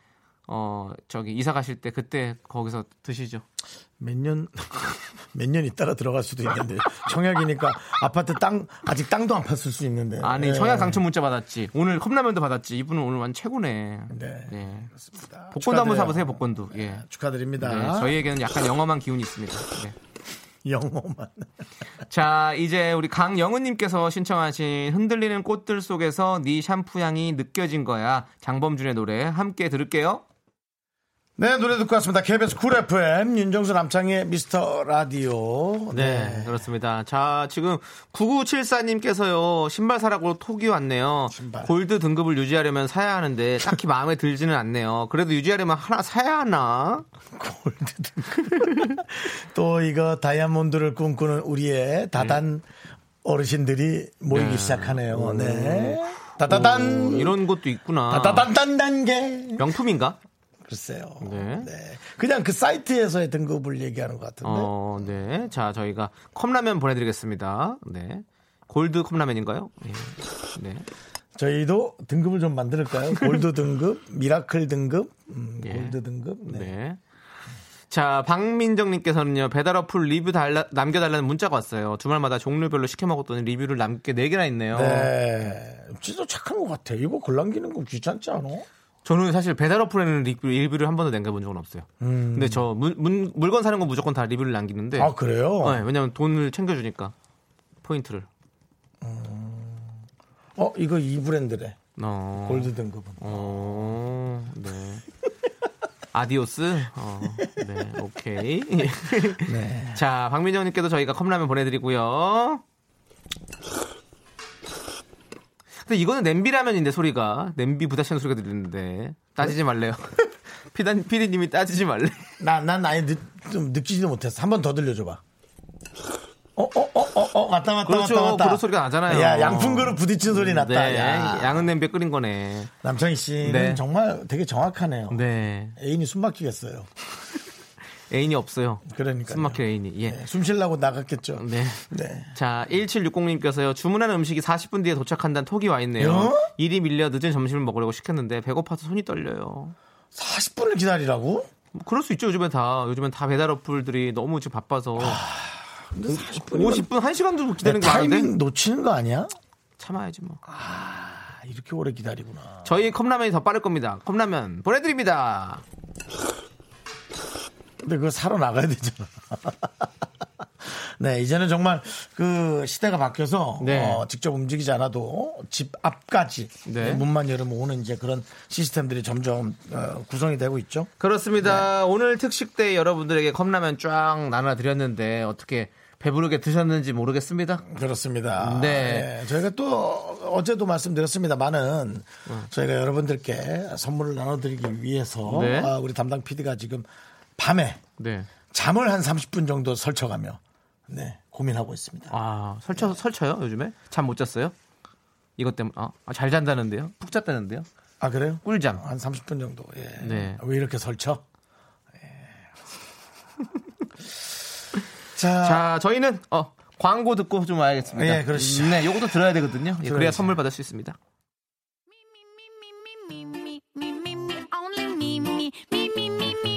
Speaker 2: 어, 저기 이사 가실 때 그때 거기서 드시죠.
Speaker 1: 몇 년, 몇 년 있다가 들어갈 수도 있는데. 청약이니까 아파트 땅, 아직 땅도 안 팠을 수 있는데.
Speaker 2: 아니,
Speaker 1: 예.
Speaker 2: 청약 당첨 문자 받았지. 오늘 컵라면도 받았지. 이분은 오늘 완전 최고네.
Speaker 1: 네.
Speaker 2: 네.
Speaker 1: 그렇습니다.
Speaker 2: 복권도 한번
Speaker 1: 축하드려요.
Speaker 2: 사보세요, 복권도. 예. 네,
Speaker 1: 축하드립니다.
Speaker 2: 저희에게는 약간 영험한 기운이 있습니다. 네.
Speaker 1: 영어만.
Speaker 2: 자, 이제 우리 강영은님께서 신청하신 흔들리는 꽃들 속에서 네 샴푸 향이 느껴진 거야. 장범준의 노래 함께 들을게요.
Speaker 1: 네, 노래 듣고 왔습니다. KBS 쿨 FM, 윤정수 남창의 미스터 라디오.
Speaker 2: 네,
Speaker 1: 네.
Speaker 2: 그렇습니다. 자, 지금 9974님께서요, 신발 사라고 톡이 왔네요.
Speaker 1: 신발.
Speaker 2: 골드 등급을 유지하려면 사야 하는데, 딱히 마음에 들지는 않네요. 그래도 유지하려면 하나 사야 하나?
Speaker 1: 골드 등급. 또 이거 다이아몬드를 꿈꾸는 우리의 다단 어르신들이 모이기
Speaker 2: 네.
Speaker 1: 네. 시작하네요. 네. 다다단.
Speaker 2: 오, 이런 것도 있구나.
Speaker 1: 다다단단단계.
Speaker 2: 명품인가?
Speaker 1: 글쎄요.
Speaker 2: 네.
Speaker 1: 네. 그냥 그 사이트에서의 등급을 얘기하는 것 같은데.
Speaker 2: 어, 네. 자, 저희가 컵라면 보내드리겠습니다. 네. 골드 컵라면인가요? 네. 네.
Speaker 1: 저희도 등급을 좀 만들까요? 골드 등급, 미라클 등급, 음,
Speaker 2: 예.
Speaker 1: 골드 등급. 네.
Speaker 2: 네. 자, 박민정님께서는요, 배달 어플 리뷰 달라, 남겨달라는 문자가 왔어요. 주말마다 종류별로 시켜 먹었더니 리뷰를 남길 게 4개나 있네요.
Speaker 1: 네. 진짜 착한 것 같아. 이거 글 남기는 거 귀찮지 않아?
Speaker 2: 저는 사실 배달 어플에는 리뷰, 리뷰를 한 번도 남겨본 적은 없어요. 근데 저 물, 건 사는 건 무조건 다 리뷰를 남기는데.
Speaker 1: 음. 아, 그래요?
Speaker 2: 네, 왜냐면 돈을 챙겨주니까. 포인트를.
Speaker 1: 어, 이거 이 브랜드래.
Speaker 2: 어.
Speaker 1: 골드 등급은.
Speaker 2: 어, 네. 아디오스. 어, 네, 오케이.
Speaker 1: 네.
Speaker 2: 자, 박민정님께도 저희가 컵라면 보내드리고요. 근데 이거는 냄비라면인데 소리가 냄비 부딪히는 소리가 들리는데 따지지 말래요. 피단 피디님이 따지지 말래.
Speaker 1: 나난 아예 늦, 좀 느끼지도 못했어. 한 번 더 들려줘봐. 어 어 어 어어 맞다 맞다
Speaker 2: 그렇죠.
Speaker 1: 맞다 맞다.
Speaker 2: 그런 소리가 나잖아요.
Speaker 1: 야 양푼 그릇 부딪힌 소리 났다.
Speaker 2: 네,
Speaker 1: 야.
Speaker 2: 양은 냄비 에 끓인 거네.
Speaker 1: 남창희 씨는
Speaker 2: 네.
Speaker 1: 정말 되게 정확하네요.
Speaker 2: 네,
Speaker 1: 애인이 숨막히겠어요.
Speaker 2: 애인이 없어요.
Speaker 1: 그러니까
Speaker 2: 숨막힐 애인이. 예.
Speaker 1: 네, 숨 쉬려고 나갔겠죠.
Speaker 2: 네.
Speaker 1: 네.
Speaker 2: 자, 1760님께서요. 주문한 음식이 40분 뒤에 도착한다는 톡이 와 있네요.
Speaker 1: 요?
Speaker 2: 일이 밀려 늦은 점심을 먹으려고 시켰는데 배고파서 손이 떨려요.
Speaker 1: 40분을 기다리라고?
Speaker 2: 뭐 그럴 수 있죠, 요즘엔 다. 요즘엔 다 배달 어플들이 너무 지금 바빠서
Speaker 1: 40분
Speaker 2: 50분, 1시간도
Speaker 1: 내
Speaker 2: 기다리는 거 아닌데
Speaker 1: 아, 네, 타이밍 놓치는 거 아니야?
Speaker 2: 참아야지 뭐.
Speaker 1: 아, 이렇게 오래 기다리구나.
Speaker 2: 저희 컵라면이 더 빠를 겁니다. 컵라면 보내 드립니다.
Speaker 1: 근데 그거 사러 나가야 되잖아. 네, 이제는 정말 그 시대가 바뀌어서
Speaker 2: 네.
Speaker 1: 어, 직접 움직이지 않아도 집 앞까지
Speaker 2: 네.
Speaker 1: 문만 열으면 오는 이제 그런 시스템들이 점점 어, 구성이 되고 있죠.
Speaker 2: 그렇습니다. 오늘 특식 때 여러분들에게 컵라면 쫙 나눠 드렸는데 어떻게 배부르게 드셨는지 모르겠습니다.
Speaker 1: 그렇습니다.
Speaker 2: 네.
Speaker 1: 예, 저희가 또 어제도 말씀드렸습니다만은
Speaker 2: 네.
Speaker 1: 저희가 여러분들께 선물을 나눠드리기 위해서
Speaker 2: 네.
Speaker 1: 아, 우리 담당 PD가 지금 밤에
Speaker 2: 네.
Speaker 1: 잠을 한 30분 정도 설쳐가며 네, 고민하고 있습니다.
Speaker 2: 아 설쳐 설쳐요 요즘에 잠 못 잤어요? 이것 때문에 아, 아, 잘 잔다는데요? 푹 잤다는데요?
Speaker 1: 아, 그래요?
Speaker 2: 꿀잠.
Speaker 1: 한 30분 정도. 예.
Speaker 2: 네.
Speaker 1: 왜 이렇게 설쳐? 예. 자,
Speaker 2: 자 저희는 어 광고 듣고 좀 와야겠습니다.
Speaker 1: 예, 그러시죠.
Speaker 2: 네, 요것도 들어야 되거든요. 예, 그래야
Speaker 1: 들어야죠.
Speaker 2: 선물 받을 수 있습니다.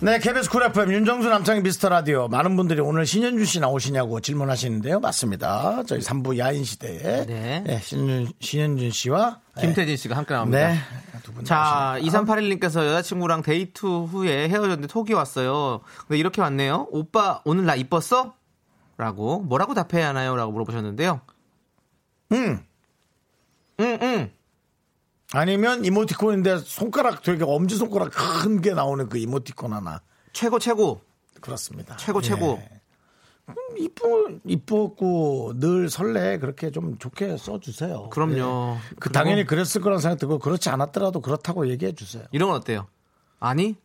Speaker 1: 네, KBS 쿨 FM 윤정수 남창희 미스터 라디오 많은 분들이 오늘 신현준 씨 나오시냐고 질문하시는데요. 맞습니다. 저희 3부 야인 시대에
Speaker 2: 네.
Speaker 1: 네, 신현준, 신현준 씨와
Speaker 2: 김태진 씨가 함께 나옵니다.
Speaker 1: 네. 두분
Speaker 2: 자, 2381님께서 여자친구랑 데이트 후에 헤어졌는데 톡이 왔어요. 근데 이렇게 왔네요. 오빠, 오늘 나 이뻤어? 라고, 뭐라고 답해야 하나요? 라고 물어보셨는데요.
Speaker 1: 음.
Speaker 2: 응, 응.
Speaker 1: 아니면 이모티콘인데 손가락 되게 엄지 손가락 큰 게 나오는 그 이모티콘 하나.
Speaker 2: 최고, 최고.
Speaker 1: 그렇습니다.
Speaker 2: 최고, 최고.
Speaker 1: 예. 음, 이뻐 이뻤고 늘 설레 그렇게 좀 좋게 써주세요.
Speaker 2: 그럼요.
Speaker 1: 예. 그
Speaker 2: 그리고-
Speaker 1: 당연히 그랬을 거란 생각 들고 그렇지 않았더라도 그렇다고 얘기해 주세요.
Speaker 2: 이런 건 어때요? 아니?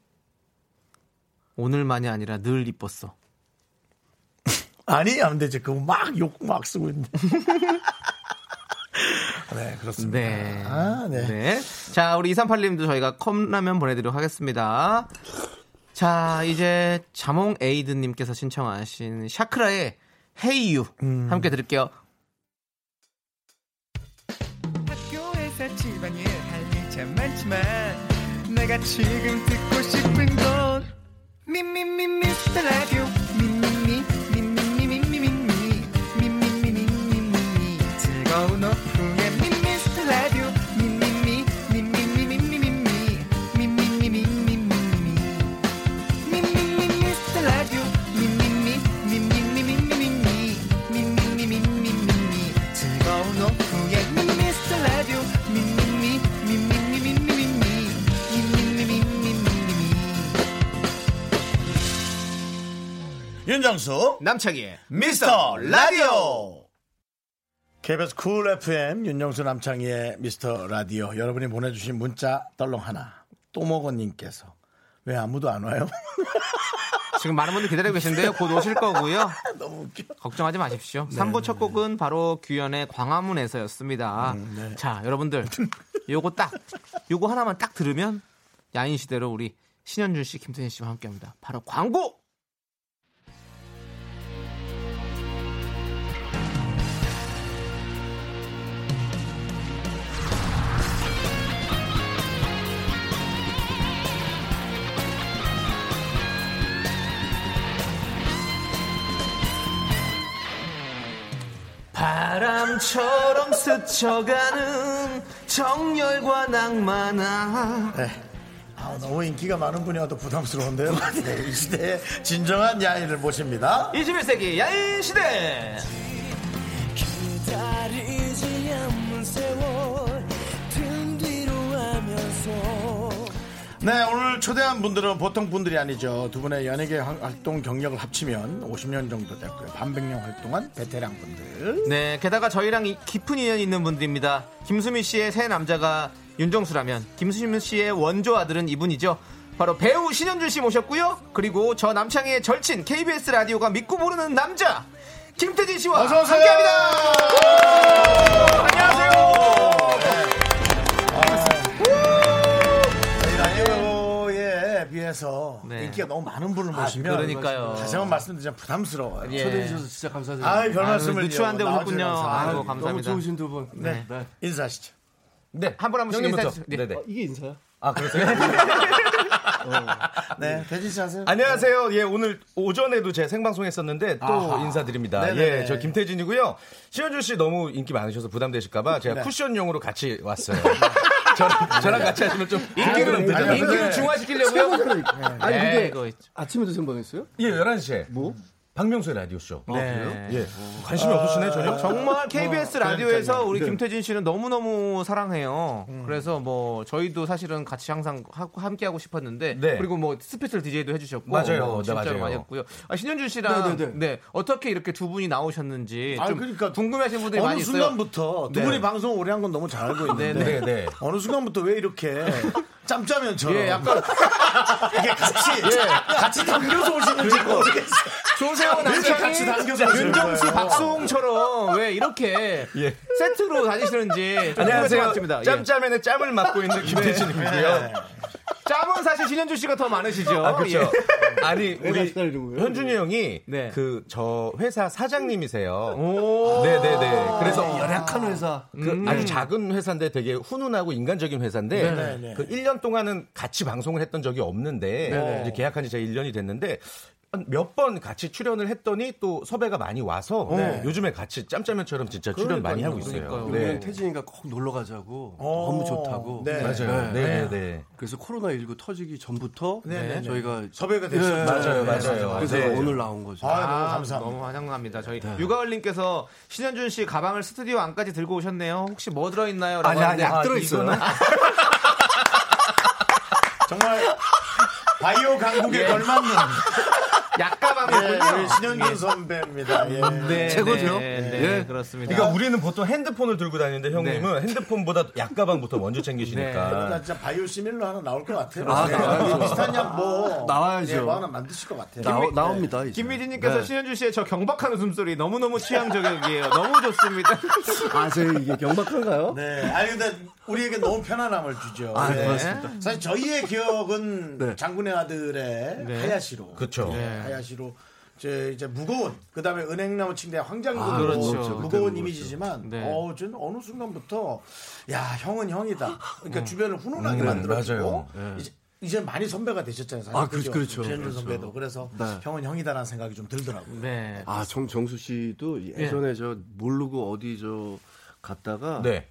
Speaker 2: 오늘만이 아니라 늘 이뻤어.
Speaker 1: 아니 안 되지. 그거 막욕 막 쓰고 있는데. 네 그렇습니다.
Speaker 2: 네.
Speaker 1: 아, 네.
Speaker 2: 자, 우리 2381님도 저희가 컵라면 보내드리도록 하겠습니다. 자, 이제 자몽 에이드님께서 신청하신 샤크라의 헤이유 함께 들을게요.
Speaker 5: 학교에서 집안일 할 일 참 많지만 내가 지금 듣고 싶은 건 미미미 미스터 라디오 미미미 미미미 미미미 미미미 미미미 미미미 즐거운 오후에 미미스터 라디오 미미미 미미미 미미미 미미미 미미미 미미미
Speaker 1: 윤정수
Speaker 2: 남창희의
Speaker 1: 미스터 라디오 KBS 쿨 FM 윤정수 남창희의 미스터 라디오 여러분이 보내주신 문자 떨렁 하나 또먹어님께서 왜 아무도 안 와요?
Speaker 2: 지금 많은 분들 기다리고 계신데요. 곧 오실 거고요.
Speaker 1: 너무 웃겨.
Speaker 2: 걱정하지 마십시오. 3부 첫 곡은 바로 규현의 광화문에서였습니다. 자, 여러분들 요거 딱 요거 하나만 딱 들으면 야인 시대로 우리 신현준 씨, 김태현 씨와 함께합니다. 바로 광고. 바람처럼 스쳐가는 정열과 낭만아
Speaker 1: 네. 아, 너무 인기가 많은 분이어도 부담스러운데요. 네, 이 시대의 진정한 야인을 모십니다.
Speaker 2: 21세기 야인 시대
Speaker 1: 네, 오늘 초대한 분들은 보통 분들이 아니죠. 두 분의 연예계 활- 활동 경력을 합치면 50년 정도 됐고요. 반백년 활동한 베테랑 분들.
Speaker 2: 네 게다가 저희랑 이- 깊은 인연이 있는 분들입니다 김수미 씨의 새 남자가 윤정수라면 김수미 씨의 원조 아들은 이분이죠 바로 배우 신현준 씨 모셨고요 그리고 저 남창희의 절친 KBS 라디오가 믿고 부르는 남자 김태진 씨와
Speaker 1: 어서 오세요.
Speaker 2: 함께합니다 안녕하세요
Speaker 1: 저희 라디오에 어, 예, 비해서
Speaker 2: 네.
Speaker 1: 인기가 너무 많은 분을 모시면
Speaker 2: 그러니까요.
Speaker 1: 다시 한번 말씀드리자면 부담스러워요.
Speaker 2: 예.
Speaker 6: 초대해 주셔서 진짜 감사드립니다.
Speaker 1: 아이, 별
Speaker 2: 아유,
Speaker 1: 말씀을
Speaker 2: 누추한데 네, 오셨군요. 아이고, 감사합니다.
Speaker 6: 네, 너무 좋으신 두 분.
Speaker 1: 네.
Speaker 2: 네.
Speaker 1: 인사하시죠.
Speaker 2: 네, 한 분 한 분씩 인사해 주세요. 네.
Speaker 6: 어, 이게 인사야?
Speaker 1: 네, 대진 씨 하세요.
Speaker 7: 안녕하세요. 예, 오늘 오전에도 제 생방송 했었는데 또 인사드립니다.
Speaker 1: 네네.
Speaker 7: 예, 저 김태진이고요. 신현준 씨 너무 인기 많으셔서 부담되실까봐 제가 쿠션용으로 같이 왔어요. 저랑, 저랑 같이 하시면 좀 인기를,
Speaker 1: 아니요.
Speaker 7: 인기를 중화시키려고요?
Speaker 6: 아니 근데
Speaker 2: 이거 있죠.
Speaker 6: 아침에도 생방했어요?
Speaker 7: 예, 11시에.
Speaker 6: 뭐?
Speaker 7: 박명수의 라디오쇼.
Speaker 2: 네.
Speaker 7: 예. 관심이 없으시네, 전혀?
Speaker 2: 정말 KBS 라디오에서 우리 김태진 씨는 너무너무 사랑해요. 그래서 뭐 저희도 사실은 같이 항상 함께 하고 싶었는데
Speaker 7: 네.
Speaker 2: 그리고 뭐 스페셜 DJ도 해주셨고
Speaker 7: 맞아요.
Speaker 2: 뭐
Speaker 7: 네,
Speaker 2: 진짜로
Speaker 7: 맞아요.
Speaker 2: 많이 했고요. 아, 신현준 씨랑 네,
Speaker 6: 네, 네, 네.
Speaker 2: 어떻게 이렇게 두 분이 나오셨는지
Speaker 1: 아,
Speaker 2: 좀
Speaker 1: 그러니까
Speaker 2: 궁금해하시는 분들이 많이
Speaker 1: 어느
Speaker 2: 있어요.
Speaker 1: 순간부터 두
Speaker 2: 네.
Speaker 1: 분이 방송 오래 한 건 너무 잘 알고 있는데
Speaker 7: 네, 네.
Speaker 1: 어느 순간부터 왜 이렇게 짬짜면처럼
Speaker 2: 예, 약간
Speaker 1: 이게 같이 같이 당겨서 오시는지 모르겠어요.
Speaker 2: 조세호
Speaker 1: 같이
Speaker 2: 아, 남창희
Speaker 1: 당겨서 오시는
Speaker 2: 윤정수
Speaker 1: 거예요?
Speaker 2: 박수홍처럼 왜 이렇게
Speaker 7: 예.
Speaker 2: 세트로 다니시는지 좀 궁금해서
Speaker 7: 안녕하세요.
Speaker 2: 왔습니다. 예.
Speaker 7: 짬짜면의 짬을 맡고 있는 김태진이고요.
Speaker 2: 짬은 사실 신현준 씨가 더 많으시죠.
Speaker 7: 아, 그렇죠.
Speaker 2: 예.
Speaker 7: 아니, 우리
Speaker 6: 같이 다니는 거예요?
Speaker 7: 현준이 형이
Speaker 2: 네.
Speaker 7: 그 저 회사 사장님이세요.
Speaker 2: 오.
Speaker 7: 네네네. 그래서
Speaker 6: 열악한 회사.
Speaker 7: 그 아주 작은 회사인데 되게 훈훈하고 인간적인 회사인데
Speaker 1: 네네.
Speaker 7: 그 1년 동안은 같이 방송을 했던 적이 없는데 이제 계약한 지 제가 1년이 됐는데 몇 번 같이 출연을 했더니 또 섭외가 많이 와서 요즘에 같이 짬짜면처럼 진짜 출연 많이 하고 있어요. 네.
Speaker 6: 요번엔 태진이가 꼭 놀러 가자고
Speaker 1: 어.
Speaker 6: 너무 좋다고.
Speaker 1: 네.
Speaker 7: 맞아요. 네, 네.
Speaker 6: 그래서 코로나 19 터지기 전부터
Speaker 1: 네, 네.
Speaker 6: 저희가 예,
Speaker 1: 섭외가 됐었죠.
Speaker 7: 맞아요, 맞아요.
Speaker 6: 그래서
Speaker 7: 네.
Speaker 6: 오늘 나온 거죠.
Speaker 1: 아, 너무 감사합니다.
Speaker 2: 너무 환영합니다. 저희 육아월님께서 신현준 씨 가방을 스튜디오 안까지 들고 오셨네요. 혹시 뭐 들어있나요? 라고
Speaker 6: 아니, 아니,
Speaker 2: 하는데
Speaker 6: 약 들어있어요.
Speaker 2: 이거는-
Speaker 1: 정말 바이오 강국에 걸맞는
Speaker 2: 예. 약
Speaker 1: 예,
Speaker 2: 가방이군요.
Speaker 1: 우리 신현준 선배입니다. 예.
Speaker 2: 네,
Speaker 6: 최고죠.
Speaker 2: 네, 네, 네, 그렇습니다.
Speaker 7: 그러니까 우리는 보통 핸드폰을 들고 다니는데 형님은 핸드폰보다 약가방부터 먼저 챙기시니까.
Speaker 1: 나 진짜 바이오 시밀러 하나 나올 것 같아요.
Speaker 6: 아,
Speaker 1: 예.
Speaker 6: 나와요.
Speaker 1: 비슷한 약뭐
Speaker 6: 나와야죠.
Speaker 1: 예, 뭐 하나 만드실 것 같아요.
Speaker 6: 나, 나옵니다. 이제.
Speaker 2: 김미진님께서 신현준 씨의 저 경박한 웃음소리 너무너무 취향저격이에요. 너무 좋습니다.
Speaker 6: 아, 저 이게 경박한가요?
Speaker 1: 네. 아니 근데 우리에게 너무 편안함을 주죠.
Speaker 6: 아,
Speaker 1: 예.
Speaker 6: 고맙습니다.
Speaker 1: 사실 저희의 기억은
Speaker 6: 네.
Speaker 1: 장군의 아들의 하야시로.
Speaker 7: 그쵸.
Speaker 1: 예, 하야시로. 이제, 이제 무거운 그다음에 은행나무 침대 황장군
Speaker 6: 아,
Speaker 1: 그렇죠.
Speaker 6: 무겁죠. 그때는
Speaker 1: 무거운
Speaker 6: 무겁죠.
Speaker 1: 이미지지만
Speaker 2: 네.
Speaker 1: 어, 저는 어느 순간부터 야 형은 형이다 그러니까 주변을 훈훈하게
Speaker 7: 음,
Speaker 1: 만들어주고
Speaker 7: 맞아요.
Speaker 1: 이제, 이제 많이 선배가 되셨잖아요 사실
Speaker 6: 아, 그- 그렇죠.
Speaker 1: 현
Speaker 6: 그렇죠.
Speaker 1: 선배도 그래서
Speaker 6: 네.
Speaker 1: 형은 형이다라는 생각이 좀 들더라고요
Speaker 2: 네.
Speaker 6: 아, 정, 정수 씨도 예전에 저 모르고 어디 저 갔다가
Speaker 7: 네.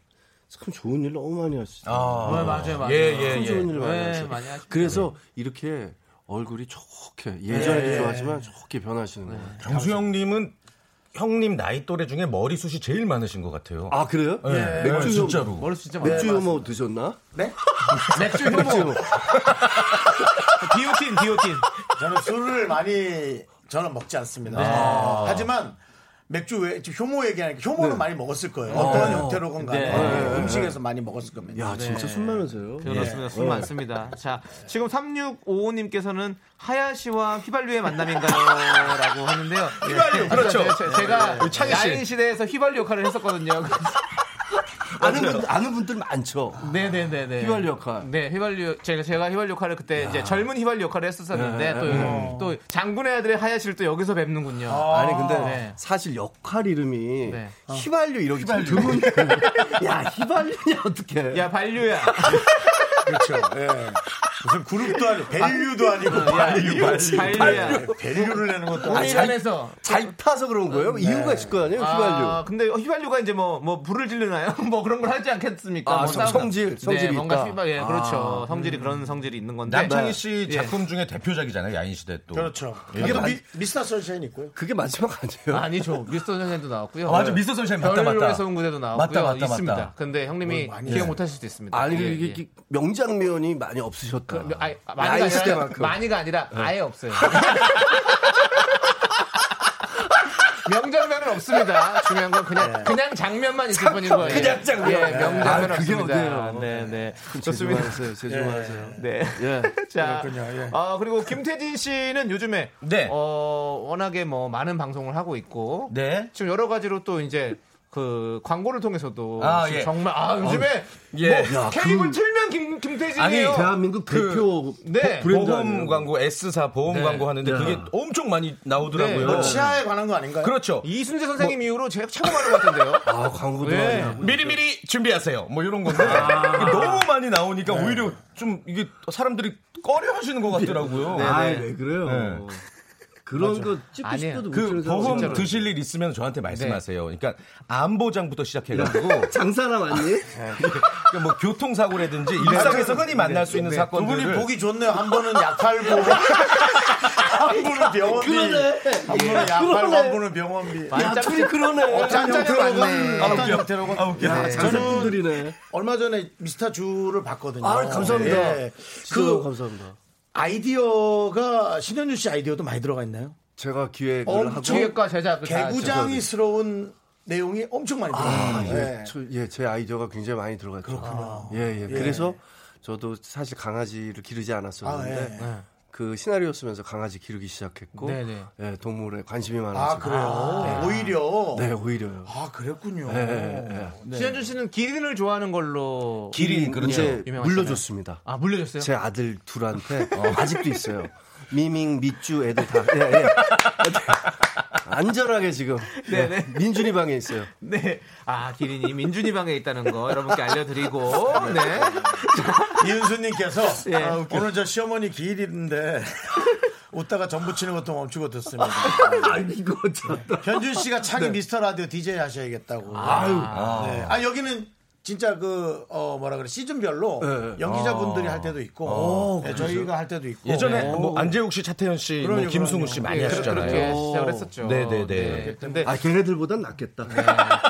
Speaker 6: 참 좋은 일 너무 많이 하시죠.
Speaker 7: 아,
Speaker 2: 맞아요, 맞아요.
Speaker 7: 예, 예,
Speaker 6: 참
Speaker 7: 예.
Speaker 6: 좋은 일 많이
Speaker 2: 네,
Speaker 6: 하시죠.
Speaker 2: 많이 하십니다.
Speaker 6: 그래서 이렇게 얼굴이 좋게 예전에도 좋았지만 좋게 변하시는 거예요.
Speaker 7: 정수 형님은 형님 나이 또래 중에 머리숱이 제일 많으신 것 같아요.
Speaker 6: 아, 그래요?
Speaker 7: 네,
Speaker 6: 맥주 좀-
Speaker 7: 진짜로.
Speaker 2: 머리 진짜 많아요.
Speaker 6: 맥주 요모 드셨나?
Speaker 1: 네?
Speaker 2: 맥주 효모. 디오틴, 디오틴.
Speaker 1: 저는 술을 많이 저는 먹지 않습니다. 아. 하지만 맥주 외 지금 효모 얘기하니까 효모는 많이 먹었을 거예요. 어떤 형태로건 간에 음식에서 많이 먹었을 겁니다.
Speaker 6: 야, 진짜 숨 많으세요.
Speaker 2: 그렇습니다. 술 많습니다. 자, 지금 3655님께서는 하야시와 휘발유의 만남인가요? 라고 하는데요. 휘발유,
Speaker 7: 그렇죠.
Speaker 2: 제, 가
Speaker 7: 네. 창희 씨.
Speaker 2: 야인 시대에서 휘발유 역할을 했었거든요.
Speaker 6: 아는 분 아는 분들 많죠.
Speaker 2: 네네네네.
Speaker 6: 휘발유 역할.
Speaker 2: 네, 휘발유. 제가, 제가 휘발유 역할을 그때 이제 젊은 휘발유 역할을 했었었는데, 또, 또 장군의 아들의 하야시를 또 여기서 뵙는군요.
Speaker 6: 아니 근데
Speaker 2: 네.
Speaker 6: 사실 역할 이름이
Speaker 2: 네.
Speaker 6: 휘발유 이러기 좀 드문. 야 휘발유냐 어떻게?
Speaker 2: 야, 반류야.
Speaker 1: 그렇죠. 예. 무슨 그룹도 아니고 밸류도 아니고
Speaker 2: 야, 반류야.
Speaker 1: 밸류를 내는 것도
Speaker 6: 아니,
Speaker 1: 아니.
Speaker 6: 잘-
Speaker 2: 일하면서.
Speaker 6: 잘 타서 그런 거예요? 이유가 있을 거 아니에요 휘발유.
Speaker 2: 아, 근데 휘발유가 이제 뭐, 뭐, 불을 지르나요? 뭐 그런 걸 하지 않겠습니까?
Speaker 6: 아,
Speaker 2: 뭐
Speaker 6: 성-
Speaker 2: 사우나.
Speaker 6: 성질, 성질이
Speaker 2: 네, 뭔가
Speaker 6: 있다.
Speaker 2: 휘발, 예,
Speaker 7: 아, 음.
Speaker 2: 그렇죠. 성질이 그런 성질이 있는 건데.
Speaker 7: 남창희 씨 작품 중에 대표작이잖아요 야인시대 또.
Speaker 1: 그렇죠.
Speaker 6: 예.
Speaker 7: 이게
Speaker 1: 이게 또
Speaker 6: 아,
Speaker 7: 맞-
Speaker 1: 미, 미스터 선샤인 있고요.
Speaker 6: 그게 마지막
Speaker 2: 뭐,
Speaker 6: 아니에요?
Speaker 2: 아니죠. 미스터 선샤인도 나왔고요.
Speaker 7: 아, 맞아, 미스터 선샤인 맞다, 맞다.
Speaker 2: 별로에서 온 구대도 나왔고요.
Speaker 7: 맞다, 맞다, 맞다.
Speaker 2: 있습니다. 근데 형님이 기억 못하실 수도 있습니다.
Speaker 6: 아니
Speaker 2: 예, 예.
Speaker 6: 이게 명장면이 많이 없으셨다.
Speaker 2: 그, 아니, 네. 아,
Speaker 6: 나이
Speaker 2: 많이가 아니라,
Speaker 6: 시대만큼.
Speaker 2: 많이가 아니라 아예 없어요. 명장면은 없습니다. 중요한 건 그냥
Speaker 6: 네.
Speaker 2: 그냥 장면만 있을 뿐인 거예요.
Speaker 6: 그냥 장면.
Speaker 2: 예, 명장면
Speaker 6: 아, 그게
Speaker 2: 없습니다.
Speaker 6: 어디예요.
Speaker 2: 네, 네. 좋습니다.
Speaker 6: 죄송하세요. 죄송하세요.
Speaker 2: 네.
Speaker 6: 예.
Speaker 2: 자,
Speaker 1: 그렇군요, 예.
Speaker 2: 아 그리고 김태진 씨는 요즘에
Speaker 7: 네.
Speaker 2: 어, 워낙에 뭐 많은 방송을 하고 있고
Speaker 7: 네.
Speaker 2: 지금 여러 가지로 또 이제 그 광고를 통해서도
Speaker 7: 아,
Speaker 2: 지금
Speaker 7: 예.
Speaker 2: 정말 아 요즘에
Speaker 7: 예.
Speaker 2: 뭐
Speaker 6: 야,
Speaker 2: 케이블
Speaker 6: 그-
Speaker 2: 틀면 김
Speaker 7: 아니,
Speaker 2: 김태진이에요.
Speaker 6: 대한민국 대표
Speaker 2: 네.
Speaker 6: 브랜드
Speaker 7: 보험
Speaker 6: 아니에요?
Speaker 7: 광고 S사 보험
Speaker 2: 네.
Speaker 7: 광고 하는데 그게 엄청 많이
Speaker 2: 네.
Speaker 7: 나오더라고요.
Speaker 2: 뭐
Speaker 1: 치아에 관한 거 아닌가요?
Speaker 7: 그렇죠.
Speaker 2: 이순재 선생님 이후로 제가 최고 많은 것 같은데요.
Speaker 6: 아 광고도
Speaker 2: 네.
Speaker 6: 많이 하고.
Speaker 7: 미리미리 준비하세요. 뭐 이런 건데
Speaker 1: 아.
Speaker 7: 너무 많이 나오니까
Speaker 1: 네.
Speaker 7: 오히려 좀 이게 사람들이 꺼려하시는 것 같더라고요.
Speaker 6: 네. 아왜 그래요?
Speaker 7: 네.
Speaker 6: 그런 거
Speaker 2: 네.
Speaker 6: 찍고
Speaker 2: 아니에요.
Speaker 6: 싶어도 못
Speaker 7: 그
Speaker 6: 찍는
Speaker 7: 보험
Speaker 6: 사람이 있잖아요.
Speaker 7: 드실 일 있으면 저한테 말씀하세요.
Speaker 1: 네.
Speaker 7: 그러니까 안보장부터 시작해가지고
Speaker 6: 장사람 아니?
Speaker 7: 그러니까 뭐
Speaker 1: 네.
Speaker 7: 교통사고라든지 일상에서 흔히 만날 수 있는
Speaker 1: 두 분이
Speaker 7: 사건들을
Speaker 1: 보기 좋네요. 한 분은 약탈고, 한 분은 병원비, 한 분은
Speaker 2: 아,
Speaker 1: 약탈고, 한 분은 병원비.
Speaker 6: 야풀이
Speaker 2: 어,
Speaker 6: 그러네.
Speaker 1: 짠짠 형태로건,
Speaker 7: 아,
Speaker 1: 어떤
Speaker 7: 웃겨.
Speaker 1: 형태로건.
Speaker 7: 아, 웃겨.
Speaker 1: 네. 저는
Speaker 6: 장사꾼들이네.
Speaker 1: 얼마 전에 미스터 주를 봤거든요.
Speaker 6: 아 감사합니다.
Speaker 1: 예.
Speaker 6: 그
Speaker 1: 그
Speaker 6: 감사합니다.
Speaker 1: 아이디어가 신현준 씨 아이디어도 많이 들어가 있나요?
Speaker 6: 제가 기획을 하고
Speaker 1: 엄청
Speaker 2: 기획과 제작 그
Speaker 1: 아,
Speaker 2: 다
Speaker 1: 개구장이스러운 내용이 엄청 많이 들어가
Speaker 6: 아,
Speaker 1: 있어요.
Speaker 6: 예.
Speaker 1: 네.
Speaker 6: 저- 예, 제 아이디어가 굉장히 많이 들어갔죠. 그렇구나. 예, 예. 그래서 저도 사실 강아지를 기르지 않았었는데
Speaker 1: 아,
Speaker 6: 그 시나리오 쓰면서 강아지 기르기 시작했고
Speaker 2: 네네.
Speaker 6: 예, 동물에 관심이 많아서
Speaker 1: 아 그래요. 오히려.
Speaker 6: 네, 오히려요.
Speaker 1: 아 그랬군요.
Speaker 2: 신현준 씨는 기린을 좋아하는 걸로
Speaker 6: 기린 이제
Speaker 2: 그렇죠. 유명하시잖아요.
Speaker 6: 물려줬습니다.
Speaker 2: 아 물려줬어요.
Speaker 6: 제 아들 둘한테 아직도 있어요. 미밍, 밑주 애들 다 예, 예. 안전하게 지금 예, 민준이 방에 있어요.
Speaker 2: 네. 아 기린이 민준이 방에 있다는 거 여러분께 알려드리고 네.
Speaker 1: 이은수님께서
Speaker 2: 예.
Speaker 1: 아, 웃겨. 오늘 저 시어머니 기일인데 웃다가 전부 치는 것도 멈추고 듣습니다. 네.
Speaker 6: 이거 참.
Speaker 1: 현준 씨가 차기 미스터 라디오 DJ 하셔야겠다고. 아유. 네. 아 여기는 진짜 그 어, 뭐라 그래 시즌별로 연기자분들이 할 때도 있고 네, 저희가 할 때도 있고
Speaker 7: 예전에 뭐 안재욱 씨, 차태현 씨, 뭐
Speaker 1: 네. 그럼요,
Speaker 7: 김승우 씨
Speaker 1: 그럼요.
Speaker 7: 많이
Speaker 2: 예, 그렇게
Speaker 7: 하셨잖아요.
Speaker 2: 시작을 했었죠.
Speaker 7: 네네네.
Speaker 2: 근데
Speaker 6: 아 걔네들보단 낫겠다.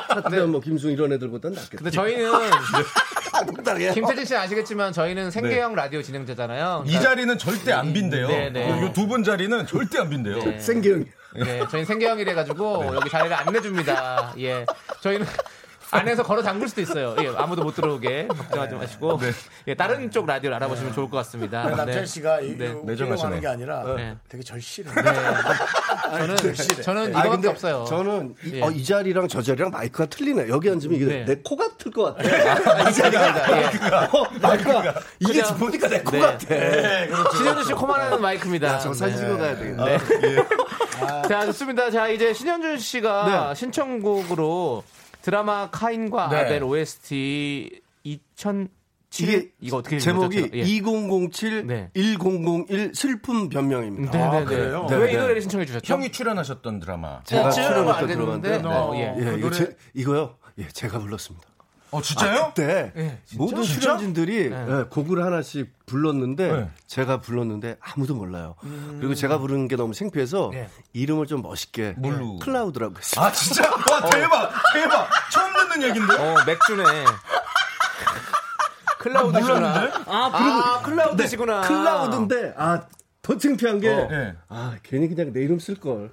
Speaker 6: 하태현 뭐 김승 이런 애들보단 낫겠다.
Speaker 2: 근데 저희는 아, 김태진 씨는 아시겠지만 저희는 생계형 라디오 진행자잖아요. 그러니까
Speaker 7: 이 자리는 절대 안 빈대요.
Speaker 2: 네, 네.
Speaker 7: 이 두 분 자리는 절대 안 빈대요.
Speaker 6: 생기형
Speaker 2: 네, 저희는 생계형이라 가지고 여기 자리를 안 내줍니다. 예, 저희는 안에서 걸어 잠글 수도 있어요. 예, 아무도 못 들어오게 걱정하지 마시고 예, 다른 쪽 라디오를 알아보시면 좋을 것 같습니다.
Speaker 1: 남철
Speaker 2: 네.
Speaker 1: 씨가
Speaker 2: 네.
Speaker 1: 이용하는 게 아니라
Speaker 2: 네.
Speaker 1: 되게 절실해.
Speaker 2: 아, 저는 저는
Speaker 6: 네. 아니,
Speaker 2: 이거밖에
Speaker 6: 근데
Speaker 2: 없어요.
Speaker 6: 저는 이,
Speaker 2: 예.
Speaker 6: 어, 이 자리랑 저 자리랑 마이크가 틀리네. 여기 앉으면 이게
Speaker 2: 네.
Speaker 6: 내 코 같을 것 같아. 이 자리가
Speaker 2: 예.
Speaker 6: 마이크가 어, 마이크가 이게
Speaker 2: 그냥-
Speaker 6: 보니까 내 코
Speaker 2: 네.
Speaker 6: 같아.
Speaker 2: 신현준 씨 코만하는 마이크입니다.
Speaker 6: 저 사진 찍어 그렇죠, 가야 되겠네.
Speaker 2: 아, 자, 좋습니다. 자, 이제 신현준 씨가
Speaker 6: 네.
Speaker 2: 신청곡으로 드라마 카인과
Speaker 7: 네.
Speaker 2: 아벨 OST 2007
Speaker 6: 이게
Speaker 2: 이거 어떻게
Speaker 6: 제목이
Speaker 2: 읽었죠? 예.
Speaker 6: 2007
Speaker 2: 네.
Speaker 6: 1001 슬픔 변명입니다.
Speaker 2: 네네네.
Speaker 1: 그래요?
Speaker 2: 아, 왜 이
Speaker 6: 네.
Speaker 2: 노래를 신청해 주셨죠?
Speaker 7: 형이 출연하셨던 드라마.
Speaker 6: 제가
Speaker 2: 어, 안
Speaker 6: 출연했던
Speaker 2: 되는
Speaker 6: 드라마인데
Speaker 2: 건데? 어, 예.
Speaker 6: 예,
Speaker 1: 그
Speaker 6: 이거
Speaker 1: 노래-
Speaker 6: 제, 이거요. 예, 제가 불렀습니다.
Speaker 7: 어 진짜요?
Speaker 6: 그때 모든 출연진들이 예, 곡을 하나씩 불렀는데
Speaker 7: 네.
Speaker 6: 제가 불렀는데 아무도 몰라요. 그리고 제가 부르는 게 너무 창피해서 이름을 좀 멋있게 예,
Speaker 7: 뭘로?
Speaker 6: 클라우드라고 했어요.
Speaker 7: 아 진짜? 와 대박 대박 처음 듣는 얘긴데.
Speaker 2: 어, 맥주네. 클라우드시구나. 아, 아, 클라우드시구나.
Speaker 6: 클라우드인데 아 더 창피한 게 아
Speaker 7: 네.
Speaker 6: 괜히 그냥 내 이름 쓸 걸.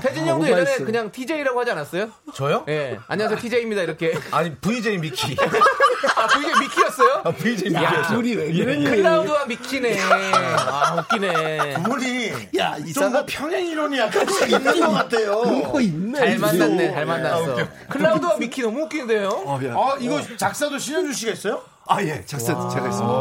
Speaker 2: 태진
Speaker 6: 아,
Speaker 2: 형도 예전에
Speaker 6: 오바했어.
Speaker 2: 그냥 TJ라고 하지 않았어요?
Speaker 1: 네,
Speaker 7: 저요?
Speaker 2: 예. 안녕하세요, TJ입니다. 이렇게.
Speaker 7: 아니 VJ 미키.
Speaker 2: 아, VJ 미키였어요?
Speaker 7: VJ
Speaker 1: 야, 둘이
Speaker 6: 예,
Speaker 1: 왜 이러니?
Speaker 2: 클라우드와 미키네. 아, 웃기네.
Speaker 1: 둘이
Speaker 8: 야,
Speaker 1: 좀더
Speaker 8: 이상한
Speaker 1: 평행 이론이 약간 있는 것 같아요.
Speaker 8: 거 있네.
Speaker 2: 잘
Speaker 8: 진짜.
Speaker 2: 만났네, 잘 만났어. 클라우드와 미키 너무 웃기는데요?
Speaker 1: 아 이거 작사도 신현주 씨가 했어요?
Speaker 8: 아, 예. 작사 제가 있습니다.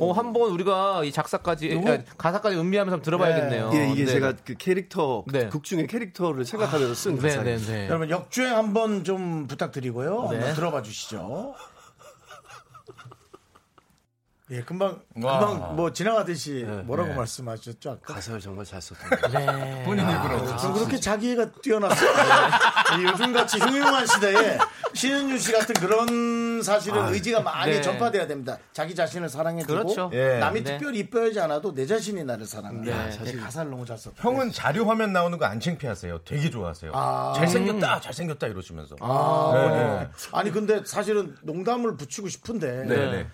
Speaker 2: 어, 한번 우리가 이 작사까지, 아, 가사까지 음미하면서 한번 들어봐야겠네요.
Speaker 8: 예,
Speaker 6: 이게
Speaker 2: 네.
Speaker 6: 제가 그 캐릭터
Speaker 2: 네.
Speaker 6: 극 중에 캐릭터를 생각하면서 쓴
Speaker 2: 네,
Speaker 6: 가사예요.
Speaker 2: 네, 네.
Speaker 1: 여러분 역주행 한번 좀 부탁드리고요. 한번 들어봐 주시죠. 예, 금방
Speaker 7: 와.
Speaker 1: 금방 뭐 지나가듯이 뭐라고 말씀하셨죠? 아까?
Speaker 6: 가사를 정말 잘 썼던
Speaker 7: 본인 입으로.
Speaker 1: 아, 그렇게 자기가 뛰어났어요. 요즘같이 흉흉한 시대에 신현주 씨 같은 그런 사실은 의지가 많이
Speaker 2: 네.
Speaker 1: 전파돼야 됩니다. 자기 자신을 사랑해주고
Speaker 2: 그렇죠.
Speaker 7: 예.
Speaker 1: 남이
Speaker 2: 네.
Speaker 1: 특별히 이뻐하지 않아도 내 자신이 나를 사랑한다.
Speaker 2: 네.
Speaker 1: 사실 가사를 너무 잘 썼다.
Speaker 7: 형은 자료 화면 나오는 거 안 창피하세요. 되게 좋아하세요. 잘생겼다, 잘생겼다 이러시면서. 네.
Speaker 1: 아니 근데 사실은 농담을 붙이고 싶은데
Speaker 7: 네. 네.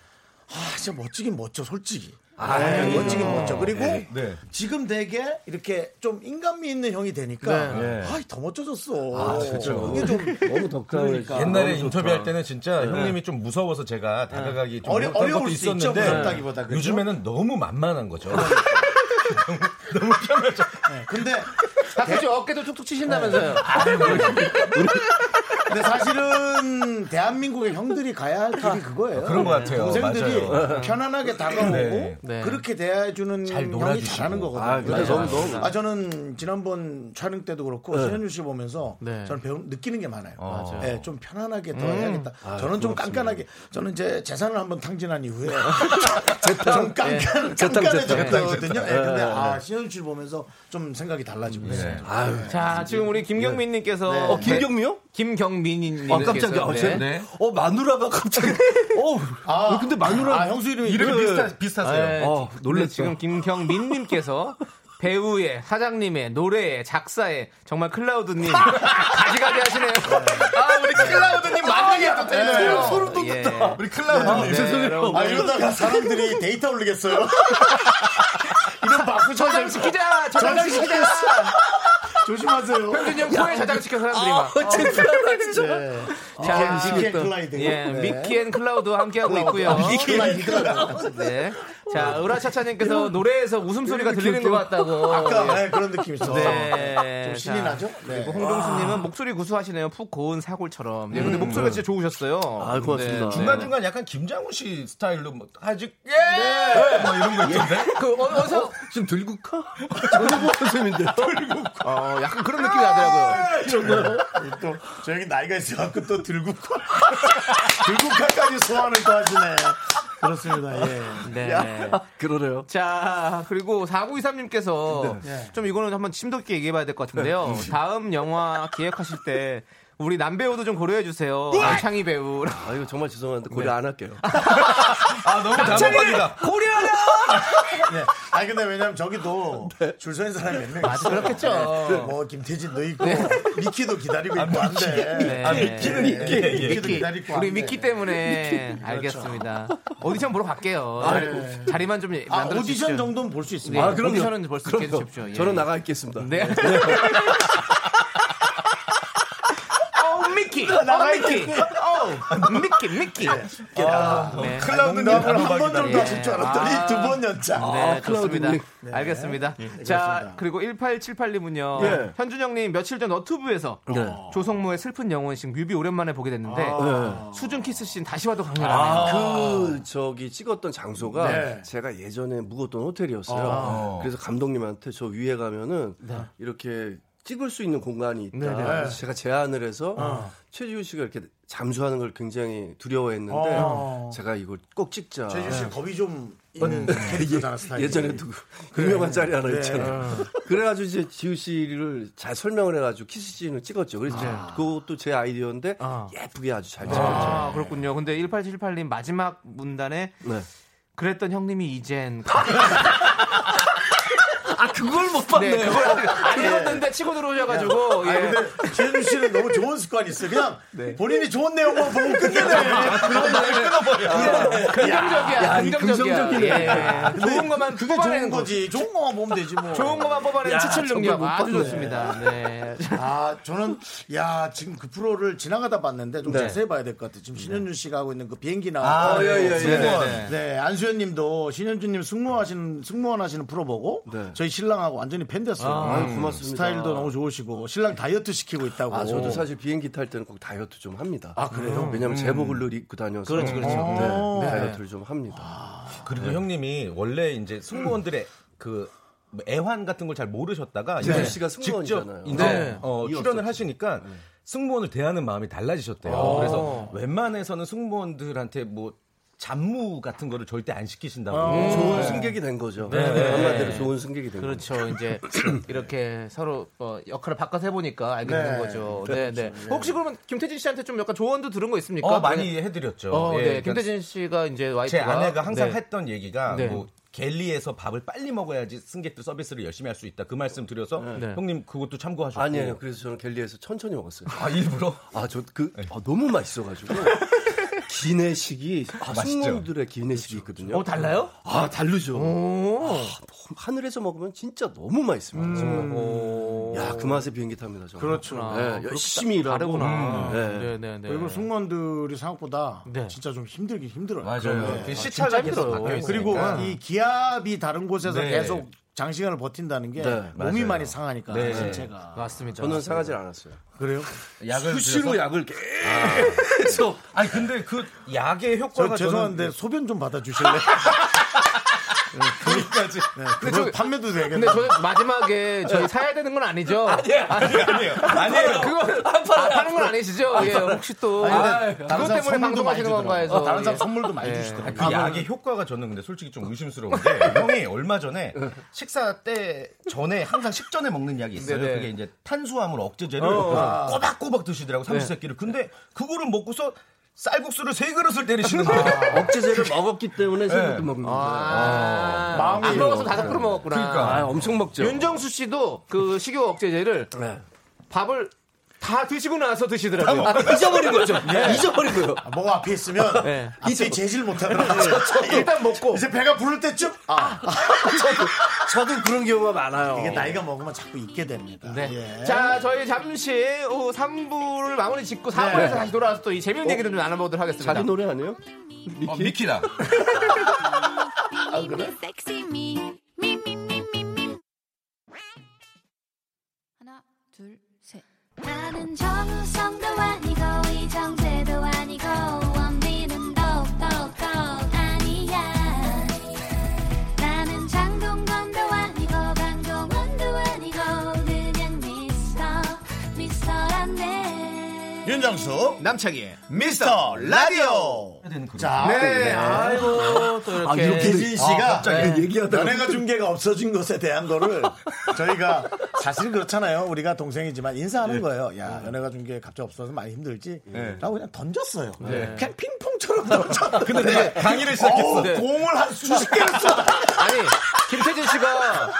Speaker 1: 아 진짜 멋지긴 멋져 솔직히. 네, 멋지긴 멋져. 그리고
Speaker 7: 네.
Speaker 1: 지금 되게 이렇게 좀 인간미 있는 형이 되니까
Speaker 7: 네.
Speaker 1: 아이 더 멋져졌어. 이게 좀
Speaker 8: 너무 덕담을.
Speaker 1: 그러니까. 아,
Speaker 7: 옛날에 인터뷰할 때는 진짜 형님이 좀 무서워서 제가 다가가기 좀
Speaker 1: 네. 어려-
Speaker 7: 어려운 것도
Speaker 1: 어려울 수 있죠,
Speaker 7: 있었는데
Speaker 1: 무섭다기보다, 그죠?
Speaker 7: 요즘에는 너무 만만한 거죠. 너무- 너무 편하죠.
Speaker 1: 근데 네. 아,
Speaker 2: 박수 어깨도 툭툭 치신다면서요.
Speaker 1: 근데 사실은 대한민국의 형들이 가야 할 길이 그거예요.
Speaker 7: 그런 것 같아요.
Speaker 1: 동생들이
Speaker 7: 어, 맞아요.
Speaker 1: 편안하게 다가오고
Speaker 7: 네.
Speaker 2: 네.
Speaker 1: 그렇게 대해주는
Speaker 7: 잘
Speaker 1: 형이
Speaker 7: 놀아주시고.
Speaker 1: 잘하는 거거든요.
Speaker 6: 아, 근데 너무 너무
Speaker 1: 아 저는 지난번 촬영 때도 그렇고 신현주 씨 보면서
Speaker 2: 네.
Speaker 1: 저는 배우 느끼는 게 많아요.
Speaker 7: 맞아요.
Speaker 1: 예, 좀 편안하게 더 해야겠다. 저는 좀 깐깐하게 저는 이제 재산을 한번 탕진한 이후에 좀
Speaker 7: 네.
Speaker 1: 깐깐
Speaker 8: 재탕,
Speaker 1: 깐깐해졌거든요. 예, 근데 아 신현주 씨 보면서 좀 생각이 달라지고 있어요.
Speaker 2: 자, 지금 우리 김경민님께서.
Speaker 8: 어, 김경미요?
Speaker 2: 네. 김경민님.
Speaker 8: 아, 깜짝이야. 어, 쟤- 어, 마누라가 갑자기. 어,
Speaker 1: 아,
Speaker 8: 근데 마누라.
Speaker 1: 아, 형수 이름이
Speaker 7: 이름이
Speaker 1: 그-
Speaker 7: 비슷하,
Speaker 6: 아, 예.
Speaker 7: 비슷하세요.
Speaker 8: 어, 놀랬어.
Speaker 2: 네. 지금 김경민님께서 배우의 사장님의 노래의 작사의 정말 클라우드님 가지가지 하시네요. 아 우리 클라우드님 만나게 해도 되네요. 소름 돋는다.
Speaker 7: 우리
Speaker 2: 네,
Speaker 7: 클라우드님.
Speaker 2: 죄송해요.
Speaker 1: 아 이러다가 사람들이 데이터 올리겠어요. 이름 바꾸
Speaker 2: 저장시키자. 저장시키자.
Speaker 1: 조심하세요.
Speaker 2: 현준형 코에 저장시켜 사람들이 막. 어,
Speaker 8: 쟤
Speaker 2: 자,
Speaker 1: 미키 앤 클라이드.
Speaker 2: 예, 미키 앤 클라우드와 함께하고 있고요.
Speaker 1: 아,
Speaker 2: 네. 자,
Speaker 1: 어.
Speaker 2: 으라차차님께서 노래에서 웃음소리가 들리는 것 같다고.
Speaker 1: 아까 네, 그런 느낌 있어.
Speaker 2: 네.
Speaker 1: 좀 신이
Speaker 2: 자,
Speaker 1: 나죠? 네.
Speaker 2: 그리고 홍동수님은 목소리 구수하시네요. 푹 고운 사골처럼.
Speaker 1: 음.
Speaker 2: 예, 근데 목소리가 진짜 좋으셨어요. 아,
Speaker 8: 고맙습니다. 네.
Speaker 7: 중간중간 약간 김장훈 씨 스타일로 뭐, 아직, 예! 네. 뭐 이런 거 있던데?
Speaker 2: 그, 어, 어서,
Speaker 8: 지금 들고 가? 저도 선생님인데.
Speaker 2: 어, 약간 그런 느낌이 나더라고요.
Speaker 1: 아,
Speaker 2: 네.
Speaker 1: 또, 저 형이 나이가 있어갖고 또 들고 가. 들고 가까지 소환을 또 하시네. 그렇습니다, 예.
Speaker 2: 네.
Speaker 8: 그러네요.
Speaker 2: 자, 그리고 4923님께서 좀 이거는 한번 심도 있게 얘기해 봐야 될 것 같은데요. 다음 영화 기획하실 때 우리 남배우도 좀 고려해 주세요. 남창희 배우.
Speaker 6: 아 이거 정말 죄송한데 고려
Speaker 2: 네.
Speaker 6: 안 할게요.
Speaker 7: 아, 너무 당황합니다.
Speaker 1: 예. 아니, 근데 왜냐면 저기도 줄 서 있는 사람이 몇명 있어.
Speaker 2: 그렇겠죠.
Speaker 1: 네. 뭐, 김태진도 있고, 미키도 기다리고 있고, 안 돼.
Speaker 2: 네.
Speaker 7: 미키는 있게. 예.
Speaker 1: 미키도 기다리고 안
Speaker 2: 우리
Speaker 1: 돼.
Speaker 2: 미키 때문에 알겠습니다. 오디션 보러 갈게요. 자리만 좀
Speaker 1: 아,
Speaker 2: 만들어 주십시오.
Speaker 1: 오디션 정도는 볼 수
Speaker 2: 네.
Speaker 1: 있습니다.
Speaker 8: 아, 그럼요.
Speaker 2: 오디션은 벌써
Speaker 8: 그럼요.
Speaker 2: 이렇게 해주십시오. 예.
Speaker 8: 저는 나가 있겠습니다.
Speaker 2: 네. 어 미키, 어 미키, 어 미키, 미키. 네.
Speaker 7: 클라우드님
Speaker 1: 농담을
Speaker 7: 바로
Speaker 1: 한 번 정도
Speaker 2: 예.
Speaker 1: 하실 줄 알았더니
Speaker 2: 아.
Speaker 1: 두 번 연장.
Speaker 2: 네, 좋습니다.
Speaker 8: 클라우드님.
Speaker 2: 알겠습니다. 자, 그리고 1878님은요.
Speaker 8: 예. 어. 네.
Speaker 2: 현준형님 며칠 전 너튜브에서 조성모의 슬픈 영혼신 뮤비 오랜만에 보게 됐는데
Speaker 8: 아. 네.
Speaker 2: 수준 키스 씬 다시 봐도 강렬하네요.
Speaker 6: 그 저기 찍었던 장소가
Speaker 1: 네.
Speaker 6: 제가 예전에 묵었던 호텔이었어요. 그래서 감독님한테 저 위에 가면은 이렇게 찍을 수 있는 공간이 있다. 그래서 제가 제안을 해서 최지우 씨가 이렇게 잠수하는 걸 굉장히 두려워했는데
Speaker 1: 어.
Speaker 6: 제가 이걸 꼭 찍자. 네. 어,
Speaker 1: 최준 씨 겁이 좀 있는 캐릭터잖아 스타일.
Speaker 6: 예전에 도 유명한 자리 하나 네. 있잖아요. 그래가지고 이제 지우 씨를 잘 설명을 해가지고 키스씬을 찍었죠. 그래서 그것도 제 아. 아이디어인데 예쁘게 아주 잘 찍었죠.
Speaker 2: 아, 그렇군요. 근데 1878님 마지막 문단에
Speaker 6: 네.
Speaker 2: 그랬던 형님이 이젠
Speaker 8: 아 그걸 못 봤네요.
Speaker 2: 네, 그걸 안 읽었는데 치고 들어오셔가지고 예.
Speaker 1: 근데 지혜준 씨는 너무 좋은 습관이 있어. 그냥
Speaker 6: 네.
Speaker 1: 본인이 좋은 내용만 아, 보고 끝내네.
Speaker 2: 긍정적이야. 긍정적이야. 예. 좋은 것만
Speaker 1: 그게 좋은
Speaker 2: 뽑아내는 거지.
Speaker 1: 거지. 좋은 거만 보면 되지 뭐.
Speaker 2: 좋은 것만 뽑아내는
Speaker 1: 야,
Speaker 2: 치칠
Speaker 1: 저걸
Speaker 2: 능력
Speaker 1: 못
Speaker 2: 아주
Speaker 1: 봤네.
Speaker 2: 좋습니다. 네.
Speaker 1: 아, 저는 야 지금 그 프로를 지나가다 봤는데 좀
Speaker 6: 네.
Speaker 1: 자세히 봐야 될 것 같아요. 지금 신현준 씨가 하고 있는 그 비행기 나온
Speaker 6: 아,
Speaker 1: 거.
Speaker 6: 예, 예, 예.
Speaker 1: 승무원. 네, 안수현님도 신현준님 승무하시는 승무원하시는 프로 보고
Speaker 6: 네.
Speaker 1: 저희 신랑하고 완전히 팬 됐어요.
Speaker 6: 아유, 고맙습니다.
Speaker 1: 스타일도 너무 좋으시고 신랑 다이어트 시키고 있다고.
Speaker 6: 아, 저도 사실 비행기 탈 때는 꼭 다이어트 좀 합니다. 아, 그래요?
Speaker 1: 음.
Speaker 6: 왜냐면 제복을 늘 입고 다녀서. 그렇죠, 그렇죠. 네, 다이어트를 좀 합니다.
Speaker 1: 아.
Speaker 7: 그리고 형님이 원래 이제 승무원들의 그 애환 같은 걸 잘 모르셨다가
Speaker 6: 재준
Speaker 7: 이제
Speaker 6: 씨가 승무원이잖아요.
Speaker 7: 직접 이제 어, 출연을 하시니까 승무원을 대하는 마음이 달라지셨대요. 그래서 웬만해서는 승무원들한테 뭐 잡무 같은 거를 절대 안 시키신다고.
Speaker 6: 음. 좋은 승객이 된 거죠.
Speaker 1: 네.
Speaker 6: 한마디로 좋은 승객이 된 거죠.
Speaker 2: 그렇죠.
Speaker 7: 음.
Speaker 2: 이제 이렇게 서로 어, 역할을 바꿔서 해보니까 알게 되는 거죠. 네, 네. 혹시 그러면 김태진 씨한테 좀 약간 조언도 들은 거 있습니까?
Speaker 7: 그렇죠. 어, 많이 해드렸죠.
Speaker 2: 아, 어,
Speaker 7: 예,
Speaker 2: 네.
Speaker 7: 그러니까
Speaker 2: 김태진 씨가 이제 와이프가
Speaker 7: 제 아내가 항상
Speaker 2: 네.
Speaker 7: 했던 얘기가
Speaker 2: 네.
Speaker 7: 뭐 갤리에서 밥을 빨리 먹어야지 승객들 서비스를 열심히 할 수 있다. 그 말씀 드려서 형님 그것도 참고하셨고.
Speaker 6: 아니,
Speaker 1: 네.
Speaker 6: 아니요. 그래서 저는 갤리에서 천천히 먹었어요.
Speaker 7: 아, 일부러
Speaker 6: 아, 저 그,
Speaker 7: 네.
Speaker 6: 아, 너무 맛있어가지고. 기내식이, 아,
Speaker 7: 맛있죠. 그렇죠.
Speaker 6: 승무원들의 기내식이 있거든요.
Speaker 2: 어 달라요?
Speaker 6: 아, 다르죠. 아, 너무- 하늘에서 먹으면 진짜 너무 맛있습니다. 정말. 야, 그 맛에 비행기 탑니다. 정말.
Speaker 2: 음. 그렇죠. 아, 그렇구나.
Speaker 6: 네, 열심히 일하고.
Speaker 2: 다르구나.
Speaker 6: 네.
Speaker 2: 네, 네, 네.
Speaker 1: 그리고 승무원들이 생각보다
Speaker 2: 네.
Speaker 1: 진짜 좀 힘들긴 힘들어요.
Speaker 7: 맞아요.
Speaker 1: 네.
Speaker 7: 시차가 계속
Speaker 2: 힘들어요.
Speaker 7: 바뀌어 있으니까.
Speaker 1: 그리고
Speaker 6: 네.
Speaker 1: 이 기압이 다른 곳에서
Speaker 7: 네.
Speaker 1: 계속 장시간을 버틴다는 게
Speaker 6: 네,
Speaker 1: 몸이
Speaker 7: 맞아요.
Speaker 1: 많이 상하니까
Speaker 7: 네.
Speaker 1: 신체가
Speaker 2: 맞습니다.
Speaker 6: 저는 상하지 않았어요.
Speaker 1: 그래요?
Speaker 7: 약을
Speaker 6: 수시로
Speaker 7: 드려서-
Speaker 6: 약을 계
Speaker 7: 아니 근데 그 약의
Speaker 1: 저
Speaker 7: 효과가
Speaker 1: 죄송한데 소변 좀 받아주실래요?
Speaker 7: 저는...
Speaker 1: 근데
Speaker 2: 저-
Speaker 1: 판매도 되겠네.
Speaker 2: 근데 저는 마지막에 네, 저희 사야 되는 건 아니죠?
Speaker 7: 아니에요. 아니에요.
Speaker 2: 그건 안 파는 건 아니시죠? 예, 혹시 또
Speaker 1: 아니, 근데
Speaker 2: 그것
Speaker 1: 다른 사람
Speaker 2: 때문에
Speaker 1: 선물도 많이
Speaker 2: 방송하시는
Speaker 1: 주더라고요.
Speaker 2: 건가 해서
Speaker 1: 어, 다른 사람
Speaker 2: 예.
Speaker 1: 선물도 많이 주시더라고요.
Speaker 7: 그 약의 효과가 저는 근데 솔직히 좀 의심스러운 게 형이 얼마 전에 식사 때 전에 항상 식전에 먹는 약이 있어요.
Speaker 2: 네네.
Speaker 7: 그게 이제 탄수화물 억제제를 꼬박꼬박 드시더라고 삼시세끼를. 근데 그거를 먹고서 쌀국수를 세 그릇을 때리시는 거예요.
Speaker 6: 억제제를 먹었기 때문에 생각도 먹는 거예요.
Speaker 2: 네. 아,
Speaker 1: 마음이-
Speaker 2: 안 먹어서 다섯 그릇 먹었구나.
Speaker 7: 그러니까.
Speaker 6: 아, 엄청 먹죠.
Speaker 2: 윤정수 씨도 그 식욕 억제제를
Speaker 6: 네.
Speaker 2: 밥을 다 드시고 나서 드시더라고요.
Speaker 8: 아, 잊어버린 거죠.
Speaker 2: 예.
Speaker 8: 잊어버린 거요.
Speaker 1: 아, 뭐가 앞에 있으면
Speaker 2: 네.
Speaker 1: 앞에 예. 제질 못하더라고요.
Speaker 2: 일단 먹고
Speaker 1: 이제 배가 부를 때쯤 아
Speaker 6: 저도 그런 경우가 많아요.
Speaker 1: 이게 나이가 먹으면 자꾸 잊게 됩니다.
Speaker 2: 네.
Speaker 1: 예.
Speaker 2: 자, 저희 잠시 오후 3부를 마무리 짓고 4부에서 다시 돌아와서 또 이 재미있는 얘기를 좀 나눠보도록 하겠습니다.
Speaker 6: 자기 노래 아니에요?
Speaker 7: 어, 미키라.
Speaker 4: 섹시 미, 미, 미, 미, 미, 미. 하나, 둘, 셋. 나는 정우성도 아니고, 이정재도 아니고, 원빈은 더욱더 아니야. 나는 장동건도 아니고, 강동원도 아니고, 그냥 미스터, 미스터란데.
Speaker 1: 윤정수
Speaker 2: 남창희의
Speaker 1: 미스터 라디오. 자, 아, 네.
Speaker 2: 네, 아이고, 또 이렇게.
Speaker 1: 유기진 씨가 네.
Speaker 6: 갑자기 얘기하다가
Speaker 1: 연예가 중계가 없어진 것에 대한 거를 저희가 사실 그렇잖아요. 우리가 동생이지만 인사하는 거예요. 야, 연예가 중계 갑자기 없어서 많이 힘들지? 라고 그냥 던졌어요. 그냥 핑퐁처럼 네. 던졌어. 네. 근데 내가
Speaker 7: 강의를 시작했어.
Speaker 1: 공을 한 수십 개를 쏘다.
Speaker 2: 아니, 김태진 씨가,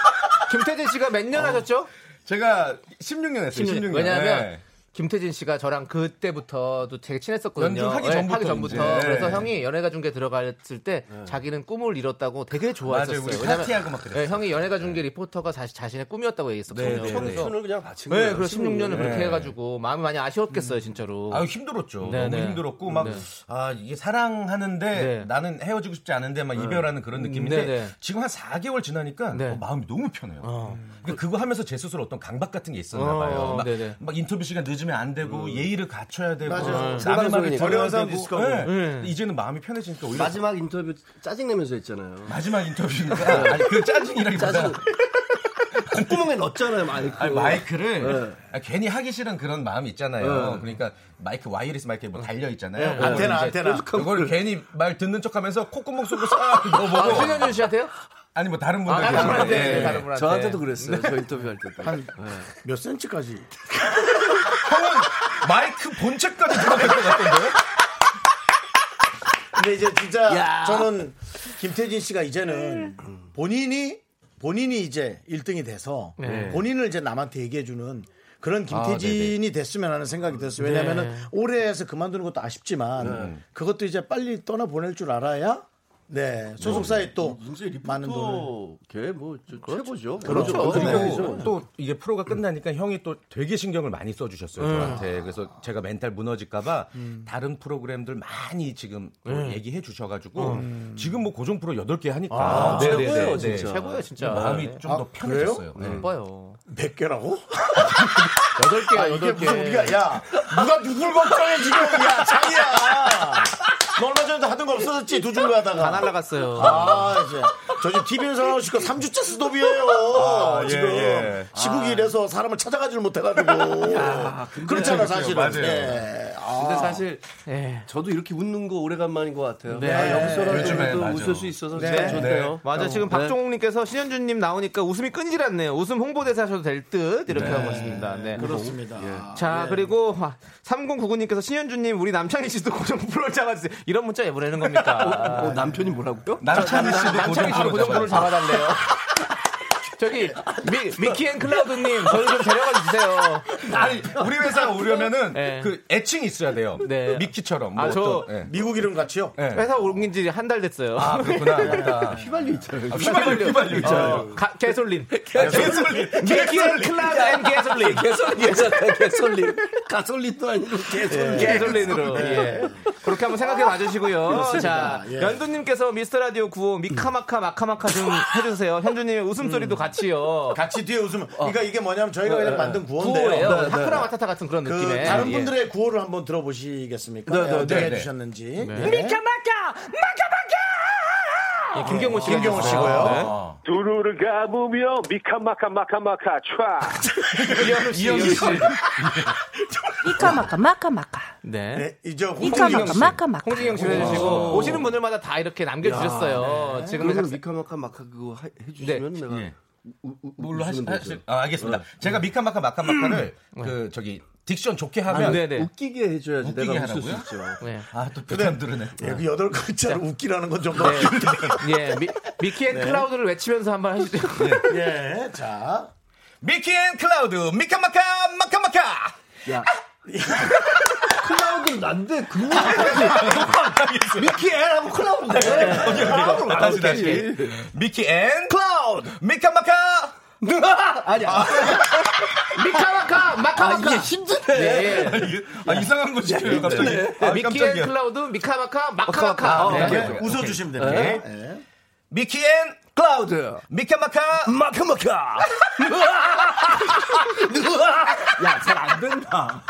Speaker 2: 김태진 씨가 몇 년 하셨죠?
Speaker 7: 제가 16년 했어요. 16년.
Speaker 2: 어, 왜냐하면
Speaker 7: 네.
Speaker 2: 김태진 씨가 저랑 그때부터도 되게 친했었거든요.
Speaker 7: 연주하기
Speaker 2: 예,
Speaker 7: 전부터
Speaker 2: 하기 전부터.
Speaker 7: 이제. 네.
Speaker 2: 그래서 형이 연예가 중계 들어갔을 때 자기는 꿈을 이뤘다고 되게 좋아했었어요.
Speaker 7: 맞아요. 우리
Speaker 2: 왜냐면
Speaker 7: 파티하고 막 그랬어요.
Speaker 2: 예, 형이 연예가 중계 리포터가 사실 자신의 꿈이었다고 얘기했었거든요.
Speaker 7: 네, 네,
Speaker 2: 그래서
Speaker 6: 손을 그냥 받친
Speaker 2: 네,
Speaker 6: 거예요.
Speaker 2: 그래서 16년을 그렇게
Speaker 7: 네.
Speaker 2: 해가지고 마음이 많이 아쉬웠겠어요, 진짜로.
Speaker 7: 아유 힘들었죠.
Speaker 2: 네,
Speaker 7: 너무
Speaker 2: 네.
Speaker 7: 힘들었고 막 아
Speaker 2: 네.
Speaker 7: 이게 사랑하는데
Speaker 2: 네.
Speaker 7: 나는 헤어지고 싶지 않은데 막 이별하는 그런 느낌인데
Speaker 2: 네, 네.
Speaker 7: 지금 한 4개월 지나니까
Speaker 2: 네.
Speaker 7: 어, 마음이 너무 편해요. 그러니까 그거 하면서 제 스스로 어떤 강박 같은 게 있었나
Speaker 2: 어,
Speaker 7: 봐요. 막,
Speaker 2: 네, 네.
Speaker 7: 막 인터뷰 시간 늦으면 안 되고 예의를 갖춰야 되고
Speaker 1: 음. 맞아요.
Speaker 7: 남의 말을
Speaker 1: 어려운
Speaker 7: 들어야
Speaker 1: 사람
Speaker 7: 되고
Speaker 1: 디스커버.
Speaker 7: 네. 이제는 마음이 편해지니까 오히려 마지막,
Speaker 6: 마지막 인터뷰 짜증내면서 했잖아요.
Speaker 7: 인터뷰니까 아니, 그 짜증이라기보다
Speaker 6: 짜증. 콧구멍에 넣었잖아요, 마이크.
Speaker 7: 아니, 마이크를 아, 괜히 하기 싫은 그런 마음이 있잖아요. 그러니까 마이크 와이어리스 마이크 뭐 달려 있잖아요. 그걸
Speaker 1: 안테나,
Speaker 7: 이제
Speaker 1: 안테나.
Speaker 7: 그걸 괜히 말 듣는 척하면서 콧구멍 속으로 싹
Speaker 2: 아,
Speaker 7: 넣어보고
Speaker 2: 신현준 씨한테요?
Speaker 7: 아니 뭐 다른
Speaker 2: 아,
Speaker 7: 분들
Speaker 1: 네.
Speaker 2: 다른 분한테.
Speaker 7: 예, 예.
Speaker 2: 다른 분한테.
Speaker 6: 저한테도 네. 그랬어요. 저 인터뷰할 때도.
Speaker 1: 몇 센치까지?
Speaker 7: 형은 마이크 본체까지 들어갈 것 같던데요?
Speaker 1: 근데 이제 진짜 저는 김태진 씨가 이제는 본인이 본인이 이제 1등이 돼서
Speaker 2: 네.
Speaker 1: 본인을 이제 남한테 얘기해주는 그런 김태진이 됐으면 하는 생각이 들었어요. 왜냐면은
Speaker 2: 네.
Speaker 1: 올해에서 그만두는 것도 아쉽지만 그것도 이제 빨리 떠나 보낼 줄 알아야 네 소속사에 또
Speaker 6: 문제
Speaker 1: 많은 돈을
Speaker 6: 리포터 걔뭐 최고죠.
Speaker 1: 그렇죠.
Speaker 7: 그리고 또 이게 프로가 끝나니까 형이 또 되게 신경을 많이 써주셨어요 저한테 그래서 제가 멘탈 무너질까봐 다른 프로그램들 많이 지금 또 얘기해 주셔가지고 지금 뭐 고정 프로 8개 하니까 네, 네,
Speaker 6: 최고예요,
Speaker 7: 네, 아, 네.
Speaker 6: 진짜.
Speaker 2: 최고예요 진짜.
Speaker 7: 마음이 좀 더 편해졌어요 네.
Speaker 2: 예뻐요.
Speaker 1: 몇 개라고?
Speaker 2: 여덟 개야
Speaker 1: 이게
Speaker 2: 여덟 개.
Speaker 1: 무슨 우리가 야 누가 누굴 걱정해 지금 야 자기야 너 얼마 전에도 하던 거 없어졌지 두 줄로
Speaker 2: 다
Speaker 1: 하다가
Speaker 2: 날라갔어요.
Speaker 1: 아 이제 저 지금 TV에서 나오시고 3주째 스톱이에요
Speaker 6: 아,
Speaker 7: 예,
Speaker 1: 지금
Speaker 7: 예.
Speaker 1: 시국이 이래서 사람을 찾아가지를 못해가지고 그렇죠. 그렇잖아 사실은
Speaker 7: 맞아요.
Speaker 1: 예. 아,
Speaker 6: 근데 사실
Speaker 2: 예.
Speaker 6: 저도 이렇게 웃는 거 오래간만인 것 같아요.
Speaker 2: 네.
Speaker 6: 아,
Speaker 7: 요즘에
Speaker 6: 여기서라도 또
Speaker 7: 맞아.
Speaker 6: 웃을 수 있어서
Speaker 1: 네.
Speaker 6: 참 좋네요.
Speaker 2: 맞아 지금 박종욱님께서 신현준님 나오니까 웃음이 끊질 않네요. 웃음 홍보대사 하셔도 될 듯 이렇게 하고 있습니다. 네.
Speaker 1: 그렇습니다 예.
Speaker 2: 자 그리고 3099님께서 신현준님 우리 남창희 씨도 고정 프로를 잡아주세요. 이런 문자 왜 보내는
Speaker 1: 아,
Speaker 2: 겁니까?
Speaker 6: 어, 남편이 뭐라고요?
Speaker 7: 남창희 씨도
Speaker 2: 남창희 씨도 고정 프로를 잡아달래요. 저기 미, 미키앤 클라우드님 저를 좀 데려가 주세요.
Speaker 7: 아니 우리 회사 오려면은
Speaker 2: 네.
Speaker 7: 그 애칭이 있어야 돼요. 그
Speaker 2: 네.
Speaker 7: 미키처럼.
Speaker 2: 아, 저-
Speaker 7: 어떤- 예.
Speaker 1: 미국 이름 같이요
Speaker 7: 예.
Speaker 2: 회사 옮긴 지 한 달 됐어요.
Speaker 7: 아 그렇구나. 맞다.
Speaker 6: 휘발유 있잖아요.
Speaker 7: 휘발유 휘발유 있잖아요.
Speaker 2: 가- 개솔린.
Speaker 7: 개소리.
Speaker 2: 미키앤 클라우드 앤 개솔린.
Speaker 6: 개솔린. 가솔린도 아니고 개솔린.
Speaker 2: 개솔린으로. 예. 그렇게 한번 생각해 봐주시고요. 자,
Speaker 1: 예.
Speaker 2: 연두님께서 미스터 라디오 9호 미카마카 마카마카 좀 해주세요. 현주님의 음. 웃음소리도 같이요.
Speaker 1: 같이 뒤에 웃으면 그러니까 이게 뭐냐면 저희가 그냥 만든 구호인데요 네.
Speaker 2: 구호예요. 타쿠라 마타타 같은 네. 그런
Speaker 1: 그
Speaker 2: 느낌의.
Speaker 1: 다른
Speaker 2: 예.
Speaker 1: 분들의 구호를 한번 들어보시겠습니까?
Speaker 7: 네, 네,
Speaker 1: 어떻게
Speaker 7: 네, 네.
Speaker 1: 해주셨는지
Speaker 2: 미카마카 마카마카. 예, 김경호 씨.
Speaker 1: 김경호 씨고요.
Speaker 3: 두루를 가보며 미카마카 마카마카 촤
Speaker 2: 이현우 씨. 이현우 씨.
Speaker 9: 이카마카 마카마카
Speaker 2: 네.
Speaker 1: 네, 이제 홍진경
Speaker 9: 이카마카
Speaker 1: 씨.
Speaker 9: 마카마카
Speaker 2: 홍진경 씨도 해주시고 오시는 아, 네. 분들마다 다 이렇게 남겨주셨어요. 지금
Speaker 6: 그러면
Speaker 2: 은
Speaker 6: 미카마카 마카 그거 하- 해주시면
Speaker 1: 네.
Speaker 6: 내가
Speaker 7: 예.
Speaker 6: 우- 우-
Speaker 7: 뭘로 하시,
Speaker 6: 웃으면 되죠.
Speaker 7: 하시, 아, 알겠습니다. 제가 미카마카 마카마카를 그 저기 딕션 좋게 하면
Speaker 2: 아, 네네.
Speaker 6: 웃기게 해줘야지
Speaker 7: 웃기게
Speaker 6: 내가 웃을
Speaker 7: 하라고요?
Speaker 6: 수 있죠.
Speaker 2: 네.
Speaker 7: 아또 표현 들으네.
Speaker 1: 예, 그 여덟 글자로 네. 웃기라는 건 좀.
Speaker 2: 예, 미, 미키앤 클라우드를 외치면서 한번 해주세요.
Speaker 1: 예, 자.
Speaker 7: 미키앤 클라우드 미카마카 마카마카. 아!
Speaker 6: 야. 클라우드 난데 그거 미키 L하고 네. 클라우드
Speaker 7: 네. 아, 다시 다시. 미키앤 클라우드 미카마카.
Speaker 6: 아니야
Speaker 2: 미카마카 마카마카.
Speaker 6: 힘드네 네.
Speaker 2: 예.
Speaker 7: 아 이상한 거 시켜요 갑자기. 아,
Speaker 2: 미키앤
Speaker 7: 깜짝이야.
Speaker 2: 클라우드 미카마카 마카마카. 네.
Speaker 1: 이렇게 웃어주시면
Speaker 6: 네.
Speaker 1: 됩니다. 예.
Speaker 7: 미키앤
Speaker 6: 클라우드
Speaker 7: 미카마카
Speaker 6: 마카마카 야잘 안 된다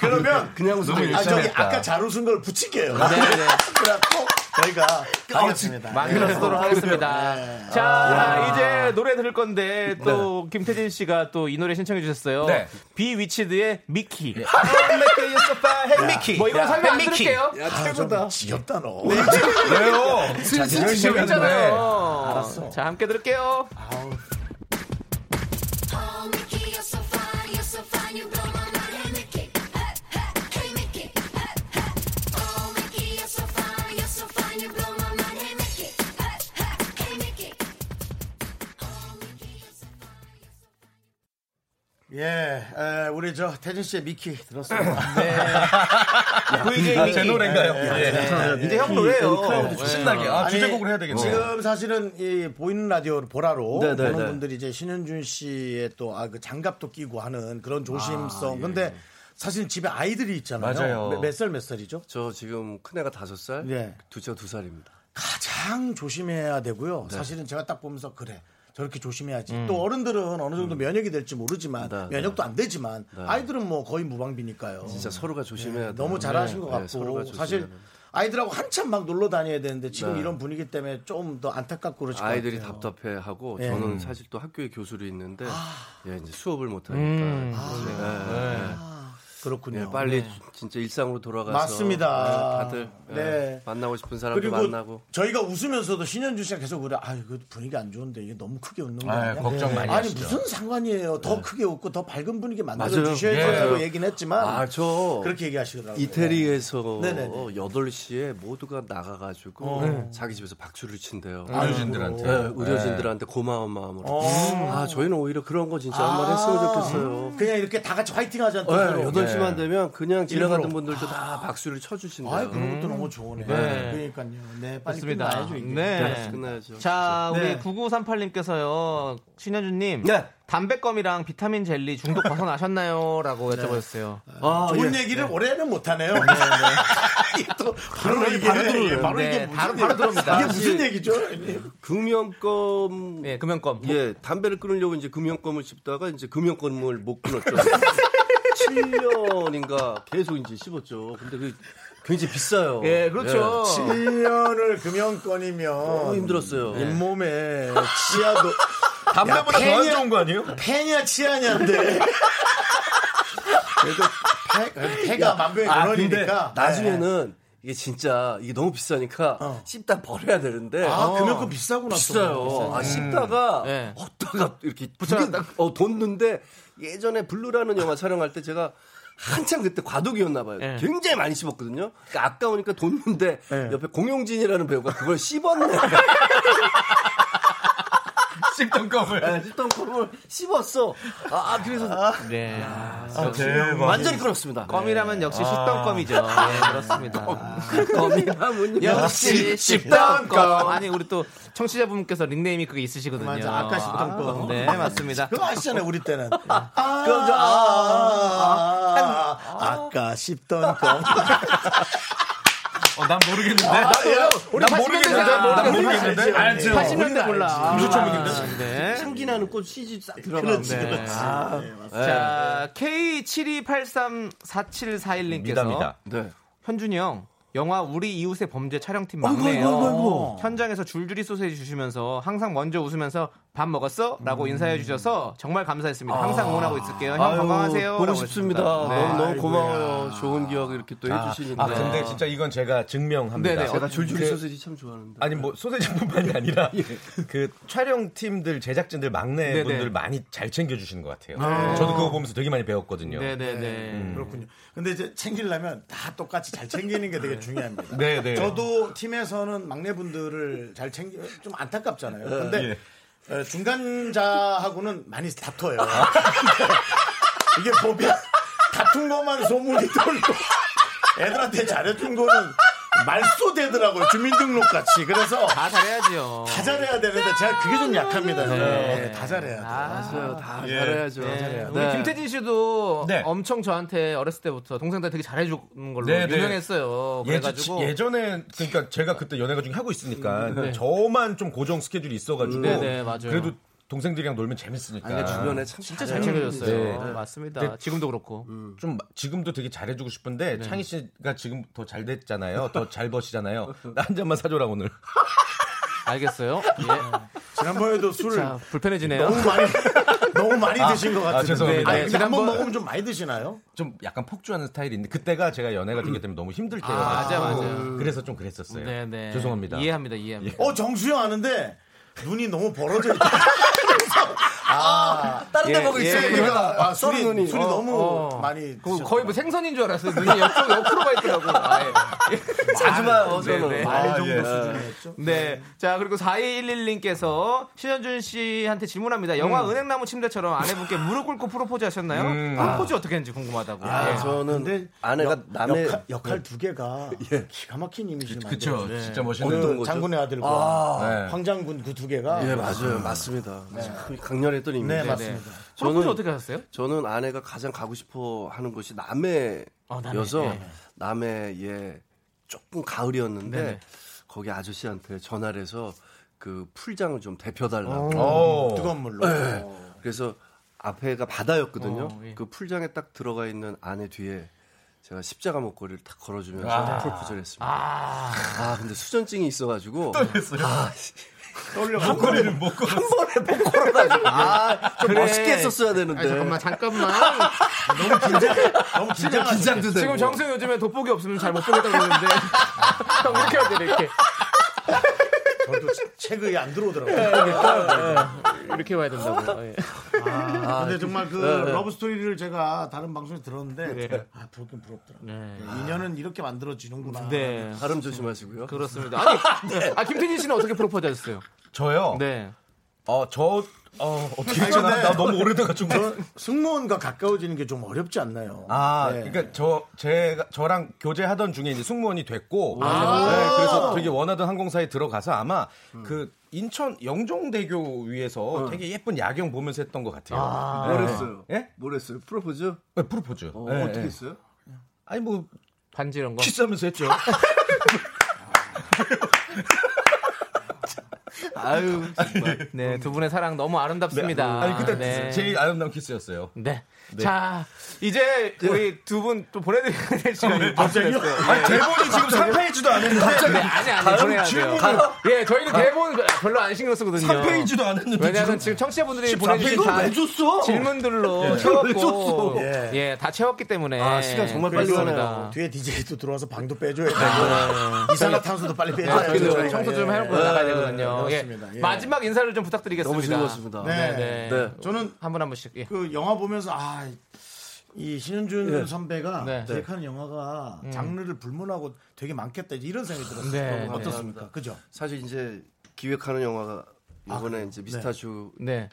Speaker 1: 그러면
Speaker 6: 그냥 웃으면
Speaker 1: 아, 저기
Speaker 7: 유치하겠다.
Speaker 1: 아까 잘 웃은 걸 붙일게요.
Speaker 2: 네.
Speaker 1: 그래갖고 저희가 가겠습니다.
Speaker 2: 만들어서도록 하겠습니다. 자, 아, 이제 노래 들을 건데 또 김태진 씨가 또 이 노래 신청해 주셨어요.
Speaker 7: 네.
Speaker 2: 비위치드의 미키.
Speaker 7: 헬 미키.
Speaker 2: 뭐 이런 거 설명 안 들을게요.
Speaker 1: 아, 네. 좀 지겹다 너.
Speaker 7: 왜요?
Speaker 1: 자신을 지우는
Speaker 2: 재밌잖아요. 자, 함께 들을게요.
Speaker 4: Oh, Mickey, you're so fine, you're so fine, you blow my mind. Hey, Mickey, hey, hey, hey, Mickey, hey, hey. Oh, Mickey, you're so fine, you're so fine, you blow my mind. Hey, Mickey, hey, hey, hey, Mickey. Oh, Mickey, you're so fine, you're so fine.
Speaker 1: 예, 에, 우리 저 태진 씨의 미키 들었습니다.
Speaker 2: 아,
Speaker 7: VJ 제 노래인가요?
Speaker 2: 네.
Speaker 7: 예.
Speaker 2: 이제 형 노래예요.
Speaker 7: 신나게. 아,
Speaker 1: 아니,
Speaker 7: 주제곡을 해야 되겠네.
Speaker 1: 지금 사실은 이 보이는 라디오를 보라로
Speaker 6: 네, 네,
Speaker 1: 보는
Speaker 6: 네.
Speaker 1: 분들이 이제 신현준 씨의 또 아 그 장갑도 끼고 하는 그런 조심성. 근데 사실 집에 아이들이 있잖아요.
Speaker 7: 맞아요.
Speaker 1: 몇 살 몇 살이죠?
Speaker 6: 저 지금 큰애가 다섯 살
Speaker 1: 네.
Speaker 6: 둘째가 두 살입니다
Speaker 1: 가장 조심해야 되고요. 사실은 제가 딱 보면서 그래. 저렇게 조심해야지. 또 어른들은 어느 정도 면역이 될지 모르지만
Speaker 6: 네,
Speaker 1: 면역도 안 되지만 아이들은 뭐 거의 무방비니까요.
Speaker 6: 진짜 서로가 조심해야 네, 돼
Speaker 1: 네, 너무 잘하신 것 같고 사실 아이들하고 한참 막 놀러 다녀야 되는데 지금
Speaker 6: 네.
Speaker 1: 이런 분위기 때문에 좀 더 안타깝고 그러실 것
Speaker 6: 아이들이
Speaker 1: 같아요.
Speaker 6: 답답해하고
Speaker 1: 예.
Speaker 6: 저는 사실
Speaker 1: 아. 음.
Speaker 6: 네.
Speaker 1: 네.
Speaker 6: 또 학교에 교수로 있는데 예, 이제 수업을 못 하니까 그래서, 예, 예.
Speaker 1: 그렇군요.
Speaker 6: 네, 빨리 진짜 일상으로 돌아가서
Speaker 1: 어, 맞습니다.
Speaker 6: 네, 다들
Speaker 1: 네.
Speaker 6: 네, 만나고 싶은 사람들
Speaker 1: 그리고
Speaker 6: 만나고
Speaker 1: 저희가 웃으면서도 신현주 씨가 계속 그래. 아, 이거 분위기 안 좋은데 이게 너무 크게 웃는 거
Speaker 7: 아유,
Speaker 1: 아니야?
Speaker 7: 걱정 많이
Speaker 1: 아니
Speaker 7: 하시죠. 네.
Speaker 1: 무슨 상관이에요? 더 크게 웃고 더 밝은 분위기 만들어
Speaker 6: 맞아요.
Speaker 1: 주셔야지라고
Speaker 6: 예.
Speaker 1: 얘기는 했지만
Speaker 6: 아저
Speaker 1: 그렇게 얘기하시더라고요. 네.
Speaker 6: 이태리에서
Speaker 1: 네네네. 어.
Speaker 6: 8시에 모두가 나가가지고 자기 집에서 박수를 친대요.
Speaker 7: 의료진들한테.
Speaker 6: 네, 의료진들한테 고마운 마음으로. 아, 저희는 오히려 그런 거 진짜 한번
Speaker 1: 어. 아.
Speaker 6: 했으면 좋겠어요.
Speaker 1: 그냥 이렇게 다 같이 화이팅 하지 않던
Speaker 6: 네, 8시만 되면 그냥 지나가는 분들도 다 박수를
Speaker 1: 아,
Speaker 6: 쳐주신대요.
Speaker 1: 그런 것도 너무 좋으네. 그러니까요. 네, 빨리
Speaker 2: 좋습니다.
Speaker 1: 끝나야죠. 이게.
Speaker 2: 네.
Speaker 6: 끝나야죠.
Speaker 2: 자, 우리
Speaker 1: 네.
Speaker 2: 9938님께서요, 신현주님,
Speaker 6: 네.
Speaker 2: 담배껌이랑 비타민 젤리 중독 벗어나셨나요? 라고 여쭤보셨어요.
Speaker 6: 아,
Speaker 1: 좋은
Speaker 6: 예.
Speaker 1: 얘기를 올해는 못하네요. 네, 네. 또 바로 이게 예, 바로 이게
Speaker 2: 네,
Speaker 1: 무슨
Speaker 2: 바로,
Speaker 1: 얘기-
Speaker 2: 바로 들어옵니다.
Speaker 1: 이게 무슨 얘기죠?
Speaker 6: 금연검
Speaker 2: 예, 금연껌.
Speaker 6: 예, 담배를 끊으려고 이제 금연검을 씹다가 이제 금연검을 못 끊었죠. 7년인가 계속 이제 씹었죠. 근데 그 굉장히 비싸요.
Speaker 2: 예, 그렇죠.
Speaker 1: 1년을 금연권이면
Speaker 6: 예, 너무 힘들었어요.
Speaker 2: 예.
Speaker 1: 잇몸에 치아도
Speaker 7: 담배보다 더 안
Speaker 1: 팬이야.
Speaker 7: 좋은 거 아니에요?
Speaker 1: 폐냐 치아냐인데. 그래도 폐, 그래도 폐가 만병의
Speaker 6: 아, 근데
Speaker 1: 근원이니까
Speaker 6: 나중에는 이게 진짜 이게 너무 비싸니까 씹다 버려야 되는데
Speaker 1: 어. 아,
Speaker 6: 어,
Speaker 1: 금연권 비싸구나. 또.
Speaker 6: 비싸요.
Speaker 7: 음.
Speaker 6: 아, 씹다가
Speaker 7: 예.
Speaker 2: 네.
Speaker 6: 어다가 이렇게 붙여놨다 어, 뒀는데 예전에 블루라는 영화 촬영할 때 제가 한참 그때 과도기였나 봐요.
Speaker 7: 예.
Speaker 2: 네.
Speaker 6: 굉장히 많이 씹었거든요. 그러니까 아까우니까 뒀는데
Speaker 1: 네.
Speaker 6: 옆에 공용진이라는 배우가 그걸 씹었네.
Speaker 7: 씹던 껌을.
Speaker 6: 네, 씹던 걸 씹었어. 아, 아, 그래서
Speaker 2: 네.
Speaker 6: 완전히
Speaker 7: 예.
Speaker 6: 끊었습니다.
Speaker 2: 껌이라면 역시 씹던 껌이죠. 예, 그렇습니다.
Speaker 6: 껌이라면요.
Speaker 2: 역시 씹던 껌. 아니, 우리 또 청취자분께서 닉네임이 그게 있으시거든요.
Speaker 1: 맞아, 아까 씹던 껌.
Speaker 2: 네, 맞습니다.
Speaker 1: 그거 아시잖아요, 우리 때는. 아, 아, 아, 까 씹던 껌.
Speaker 7: 어, 난 모르겠는데. 난
Speaker 2: 우리
Speaker 7: 모르겠는데. 난 모르겠는데. 알죠.
Speaker 2: 80년대 몰라. 네.
Speaker 6: 참기나는 꽃 CG 싹 들어가는데.
Speaker 1: 그렇지, 그렇지. 네, 맞습니다.
Speaker 2: 자, K72834741님께서
Speaker 7: 미담이다.
Speaker 6: 네.
Speaker 2: 현준이 형 영화 우리 이웃의 범죄 촬영팀 막내예요. 현장에서 줄줄이 소세지 주시면서 항상 먼저 웃으면서 밥 먹었어? 라고 인사해 주셔서 정말 감사했습니다. 항상 응원하고 있을게요. 형
Speaker 6: 아유,
Speaker 2: 건강하세요.
Speaker 6: 어, 보고
Speaker 2: 라고
Speaker 6: 싶습니다.
Speaker 2: 했습니다. 네.
Speaker 6: 너무, 너무 고마워요. 좋은 기억 이렇게 또 해주시니까.
Speaker 7: 아, 근데 진짜 이건 제가 증명합니다.
Speaker 2: 네네.
Speaker 6: 제가 줄줄이
Speaker 7: 그-
Speaker 6: 소세지 참 좋아하는데.
Speaker 7: 아니 뭐 소세지뿐만이 아니라
Speaker 2: 예.
Speaker 7: 그 촬영팀들 제작진들 막내 분들 많이 잘 챙겨주시는 것 같아요. 저도 그거 보면서 되게 많이 배웠거든요.
Speaker 2: 네네네.
Speaker 7: 음.
Speaker 1: 그렇군요. 근데 이제 챙기려면 다 똑같이 잘 챙기는 게 되게 중요합니다.
Speaker 7: 네, 네.
Speaker 1: 저도 팀에서는 막내분들을 잘 챙기 좀
Speaker 7: 네.
Speaker 1: 안타깝잖아요. 근데
Speaker 7: 예.
Speaker 1: 어, 중간자하고는 많이 다퉈요.
Speaker 7: 아.
Speaker 1: 이게 보면 다툰 것만 소문이 돌고 애들한테 잘해준 거는 말소되더라고요. 주민등록 같이. 그래서
Speaker 6: 아,
Speaker 2: 다 아, 잘해야지요.
Speaker 1: 다 잘해야 되는데 제가 그게 좀 약합니다. 네. 다 잘해야 돼요.
Speaker 6: 맞아요. 다 잘해야죠.
Speaker 2: 네.
Speaker 6: 잘해요.
Speaker 2: 우리 김태진 씨도
Speaker 7: 네.
Speaker 2: 엄청 저한테 어렸을 때부터 동생들 되게 잘해주는 걸로
Speaker 7: 네, 네.
Speaker 2: 유명했어요. 그래가지고 음,
Speaker 7: 예전에 그러니까 제가 그때 연애가 중 하고 있으니까 저만 좀 고정 스케줄이 있어가지고
Speaker 2: 네, 네, 맞아요.
Speaker 7: 그래도 동생들이랑 놀면 재밌으니까
Speaker 6: 아, 주변에 참
Speaker 2: 진짜 잘 챙겨줬어요. 네. 음. 맞습니다.
Speaker 7: 근데-
Speaker 2: 지금도 그렇고.
Speaker 7: 좀 마- 지금도 되게 잘해주고 싶은데
Speaker 2: 네.
Speaker 7: 창희 씨가 지금 더 잘 됐잖아요. 더 잘 버시잖아요. 나 한 잔만 사줘라 오늘.
Speaker 2: 알겠어요. 예.
Speaker 1: 지난번에도 술
Speaker 2: 자, 불편해지네요.
Speaker 1: 너무 많이 너무 많이 드신 것 같은데.
Speaker 7: 아, 죄송합니다.
Speaker 1: 아니,
Speaker 2: 네,
Speaker 1: 근데 한번
Speaker 2: 지난번-
Speaker 1: 먹으면 좀 많이 드시나요?
Speaker 7: 좀 약간 폭주하는 스타일인데 그때가 제가 연애가 중기 때문에 너무 힘들 때여서
Speaker 2: 음. 맞아, 맞아.
Speaker 7: 그래서 좀 그랬었어요.
Speaker 2: 네네.
Speaker 7: 죄송합니다.
Speaker 2: 이해합니다. 예. 이해합니다.
Speaker 1: 어 정수영 아는데 눈이 너무 벌어져 있다.
Speaker 6: 다른 데 먹을
Speaker 1: 예,
Speaker 6: 있어요.
Speaker 1: 아, 술이 눈이
Speaker 6: 술이 그러니까 눈이.
Speaker 1: 술이
Speaker 6: 어,
Speaker 1: 너무
Speaker 2: 어.
Speaker 1: 많이
Speaker 2: 그,
Speaker 1: 드셨다.
Speaker 2: 거의 뭐 생선인 줄 알았어요. 눈이 옆쪽 옆으로가 있더라고. 아, 예.
Speaker 6: 자주 봐요. 저는.
Speaker 2: 네, 네.
Speaker 1: 아,
Speaker 6: 아,
Speaker 1: 정도
Speaker 6: 예.
Speaker 1: 수준이었죠.
Speaker 2: 네. 자, 그리고 4211님께서 신현준 씨한테 질문합니다. 영화 은행나무 침대처럼 아내분께 무릎 꿇고 프로포즈 하셨나요? 프로포즈 어떻게 했는지 궁금하다고.
Speaker 6: 아,
Speaker 2: 예.
Speaker 6: 저는 아내가 남의
Speaker 1: 역할, 역할 두 개가 기가 막힌 이미지를
Speaker 7: 네. 예. 그쵸.
Speaker 1: 만들어요.
Speaker 7: 진짜
Speaker 1: 그
Speaker 7: 멋있는.
Speaker 6: 어떤 거죠?
Speaker 1: 장군의 아들과
Speaker 7: 네.
Speaker 1: 황장군 그 두 개가
Speaker 6: 예,
Speaker 1: 네,
Speaker 6: 맞아요. 맞습니다. 참 강렬했던 이미지.
Speaker 2: 네,
Speaker 1: 맞습니다.
Speaker 2: 프로포즈
Speaker 6: 저는-
Speaker 2: 어떻게 하셨어요?
Speaker 6: 저는 아내가 가장 가고 싶어 하는 곳이 남해여서
Speaker 2: 어, 남해. 네, 네.
Speaker 6: 남해 예 조금 가을이었는데
Speaker 2: 네, 네.
Speaker 6: 거기 아저씨한테 전화를 해서 그 풀장을 좀 데펴달라고
Speaker 1: 어.
Speaker 7: 오.
Speaker 1: 뜨거운 물로.
Speaker 7: 네.
Speaker 6: 그래서 앞에가 바다였거든요
Speaker 2: 어, 예.
Speaker 6: 그 풀장에 딱 들어가 있는 아내 뒤에 제가 십자가 목걸이를 딱 걸어주면서 프로포즈를 했습니다 아, 근데 수전증이 있어가지고 떨렸어요
Speaker 1: 한 번에 한 번에 못 걸어가지고
Speaker 6: 아, 좀
Speaker 2: 그래.
Speaker 6: 멋있게 했었어야 되는데.
Speaker 2: 아, 잠깐만 잠깐만.
Speaker 7: 너무 긴장
Speaker 6: 긴장도 되고.
Speaker 2: 지금 정수 요즘에 돋보기 없으면 잘 못 보겠다고 그러는데. 형 이렇게 해야 돼 이렇게
Speaker 1: 저도 책이 안 들어오더라고요.
Speaker 2: 네, 그러니까. 이렇게 와야 된다고. 예.
Speaker 1: 아, 근데 정말 그
Speaker 7: 네,
Speaker 1: 러브 스토리를 제가 다른 방송에 들었는데
Speaker 2: 네.
Speaker 1: 아 부럽긴 부럽더라고요. 네, 인연은 이렇게 만들어지는구나.
Speaker 2: 네.
Speaker 6: 발음 조심하시고요.
Speaker 2: 그렇습니다. 아니,
Speaker 7: 네.
Speaker 2: 아 김태진 씨는 어떻게 프로포즈 하셨어요?
Speaker 7: 저요.
Speaker 2: 네.
Speaker 7: 어, 저 어, 어떻게 했잖나나 너무 오래돼가지고.
Speaker 1: 네. 승무원과 가까워지는 게 좀 어렵지 않나요?
Speaker 7: 아,
Speaker 1: 네.
Speaker 7: 그러니까 저 제가 저랑 교제하던 중에 이제 승무원이 됐고, 네, 그래서 되게 원하던 항공사에 들어가서 아마 그 인천 영종대교 위에서 되게 예쁜 야경 보면서 했던 것 같아요.
Speaker 6: 뭘 했어요?
Speaker 7: 예?
Speaker 6: 뭘 했어요? 프로포즈?
Speaker 7: 네, 프로포즈.
Speaker 6: 어,
Speaker 7: 네,
Speaker 6: 떻게
Speaker 7: 네.
Speaker 6: 했어요?
Speaker 7: 아니 뭐
Speaker 2: 반지 이런 거.
Speaker 7: 키스하면서 했죠.
Speaker 2: 아유. 정말. 네, 두 분의 사랑 너무 아름답습니다.
Speaker 7: 아니 그때
Speaker 2: 네.
Speaker 7: 제일 아름다운 키스였어요.
Speaker 2: 네. 자, 이제 우리 두 분 또 보내드려야 될 시간이
Speaker 1: 갑자기요?
Speaker 2: 됐어요.
Speaker 7: 아니 대본이 지금 3페이지도 안 했는데
Speaker 2: 네, 아니, 아니, 보내야 돼요. 예, 저희는 대본 별로 안 신경 쓰거든요.
Speaker 7: 3페이지도 안 했는데
Speaker 2: 왜냐하면 지금
Speaker 7: 지금
Speaker 2: 청취자분들이 보내주신
Speaker 6: 이걸
Speaker 2: 다
Speaker 6: 왜 줬어?
Speaker 2: 질문들로 채웠고 예. 다 채웠기 때문에
Speaker 6: 아, 시간 정말 빨리 가네요.
Speaker 1: 뒤에 DJ도 들어와서 방도 빼줘야 되고 이산화탄소도 빨리 빼줘야 네.
Speaker 2: 그래서
Speaker 1: 되고
Speaker 2: 저희 네. 청소 좀 해놓고 나가야 되거든요. 예.
Speaker 1: 예. 그렇습니다. 예.
Speaker 2: 마지막 인사를 좀 부탁드리겠습니다.
Speaker 6: 너무 즐거웠습니다.
Speaker 1: 네.
Speaker 2: 네.
Speaker 6: 네.
Speaker 1: 저는
Speaker 2: 한 분 한 분씩. 예.
Speaker 1: 그 영화 보면서 아. 이 신현준 선배가
Speaker 2: 네. 음.
Speaker 1: 기획하는 영화가 장르를 불문하고 되게 많겠다 이런 생각이 들었어요.
Speaker 2: 네.
Speaker 1: 어떻습니까? 그죠?
Speaker 6: 사실 이제 기획하는 영화가 이번에 이제 미스터주
Speaker 2: 네.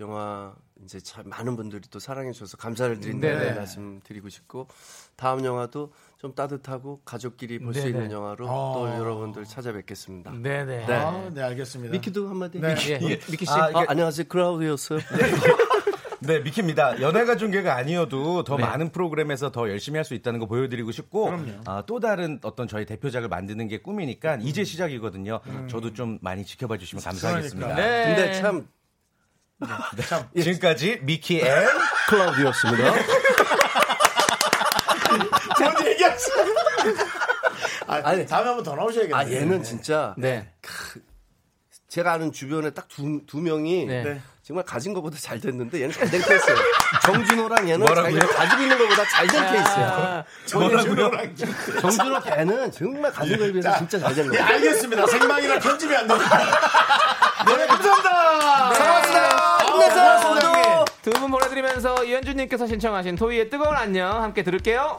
Speaker 6: 영화 이제 참 많은 분들이 또 사랑해 주셔서 감사를 드린다는
Speaker 2: 네네.
Speaker 6: 말씀 드리고 싶고 다음 영화도 좀 따뜻하고 가족끼리 볼 수
Speaker 2: 네네. 어.
Speaker 6: 있는 영화로 또 여러분들 찾아뵙겠습니다.
Speaker 2: 네네.
Speaker 6: 네.
Speaker 1: 아, 네 알겠습니다.
Speaker 6: 미키도 한마디.
Speaker 1: 네.
Speaker 2: 예. 미키 씨.
Speaker 7: 아, 이게-
Speaker 6: 아, 안녕하세요. 크라우드였어요.
Speaker 7: 네, 미키입니다. 연예가 중계가 아니어도
Speaker 6: 네.
Speaker 7: 더 많은 프로그램에서 더 열심히 할 수 있다는 거 보여드리고 싶고 아, 또 다른 어떤 저희 대표작을 만드는 게 꿈이니까
Speaker 6: 음.
Speaker 7: 이제 시작이거든요. 저도 좀 많이 지켜봐 주시면 감사하겠습니다.
Speaker 2: 네.
Speaker 6: 근데 참
Speaker 7: 지금까지 미키 앤
Speaker 6: 네, 클라우드였습니다.
Speaker 1: 뭔 얘기하지? 아,
Speaker 6: 아니.
Speaker 1: 다음에 한번 더 나오셔야겠네요.
Speaker 2: 예.
Speaker 6: 아 얘는 진짜
Speaker 2: 네.
Speaker 6: 제가 아는 주변에 딱 두 두 명이
Speaker 2: 네. 네.
Speaker 6: 정말 가진 것보다 잘 됐는데 얘는 잘 된 케이스예요. 정준호랑 얘는
Speaker 7: 뭐라고요?
Speaker 6: 자기가 가지고 있는 것보다 잘 된 케이스예요.
Speaker 7: 뭐라고요?
Speaker 6: 정준호 걔는 정말 가진 거에 비해서 진짜 잘 된
Speaker 1: 예,
Speaker 6: 거예요.
Speaker 1: 알겠습니다. 생방이라 편집이 안 됩니다.
Speaker 6: 네.
Speaker 1: 네. 아,
Speaker 2: 감사합니다. 두 분 보내드리면서 이현주님께서 신청하신 토이의 뜨거운 안녕 함께 들을게요.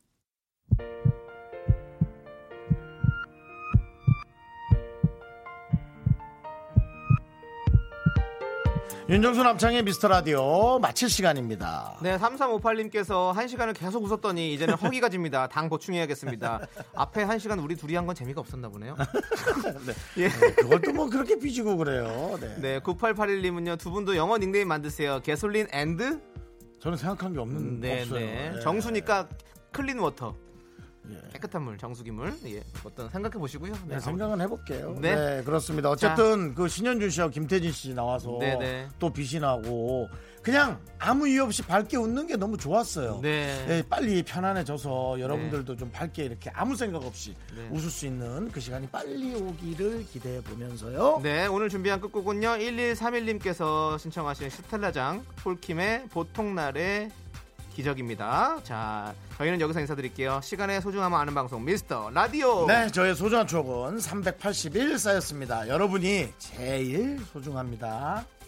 Speaker 1: 윤정수 남창의 미스터 라디오 마칠 시간입니다.
Speaker 2: 네, 3358님께서 한 시간을 계속 웃었더니 이제는 허기가 집니다. 당 보충해야겠습니다. 앞에 한 시간 우리 둘이 한 건 재미가 없었나 보네요.
Speaker 1: 그걸 또 뭐 그렇게 삐지고 그래요. 네.
Speaker 2: 네, 9881님은요. 두 분도 영어 닉네임 만드세요. 개솔린 앤드
Speaker 1: 저는 생각한 게 없는
Speaker 2: 네,
Speaker 1: 없어요.
Speaker 2: 네.
Speaker 1: 예.
Speaker 2: 정수니까 클린 워터. 깨끗한 물, 정수기물. 예. 어떤 생각해 보시고요.
Speaker 1: 네, 생각은 해볼게요.
Speaker 2: 네.
Speaker 1: 네, 그렇습니다. 어쨌든 그 신현준 씨하고 김태진 씨 나와서
Speaker 2: 네, 네.
Speaker 1: 또 비신하고 그냥 아무 이유 없이 밝게 웃는 게 너무 좋았어요.
Speaker 2: 네.
Speaker 1: 예, 빨리 편안해져서 여러분들도 좀 밝게 이렇게 아무 생각 없이
Speaker 2: 네.
Speaker 1: 웃을 수 있는 그 시간이 빨리 오기를 기대해 보면서요.
Speaker 2: 네, 오늘 준비한 끝곡은요. 1131님께서 신청하신 스텔라장 폴킴의 보통날의 기적입니다. 자, 저희는 여기서 인사드릴게요. 시간의 소중함을 아는 방송 미스터 라디오.
Speaker 1: 네, 저의 소중한 추억은 381사였습니다. 여러분이 제일 소중합니다.
Speaker 4: Oh,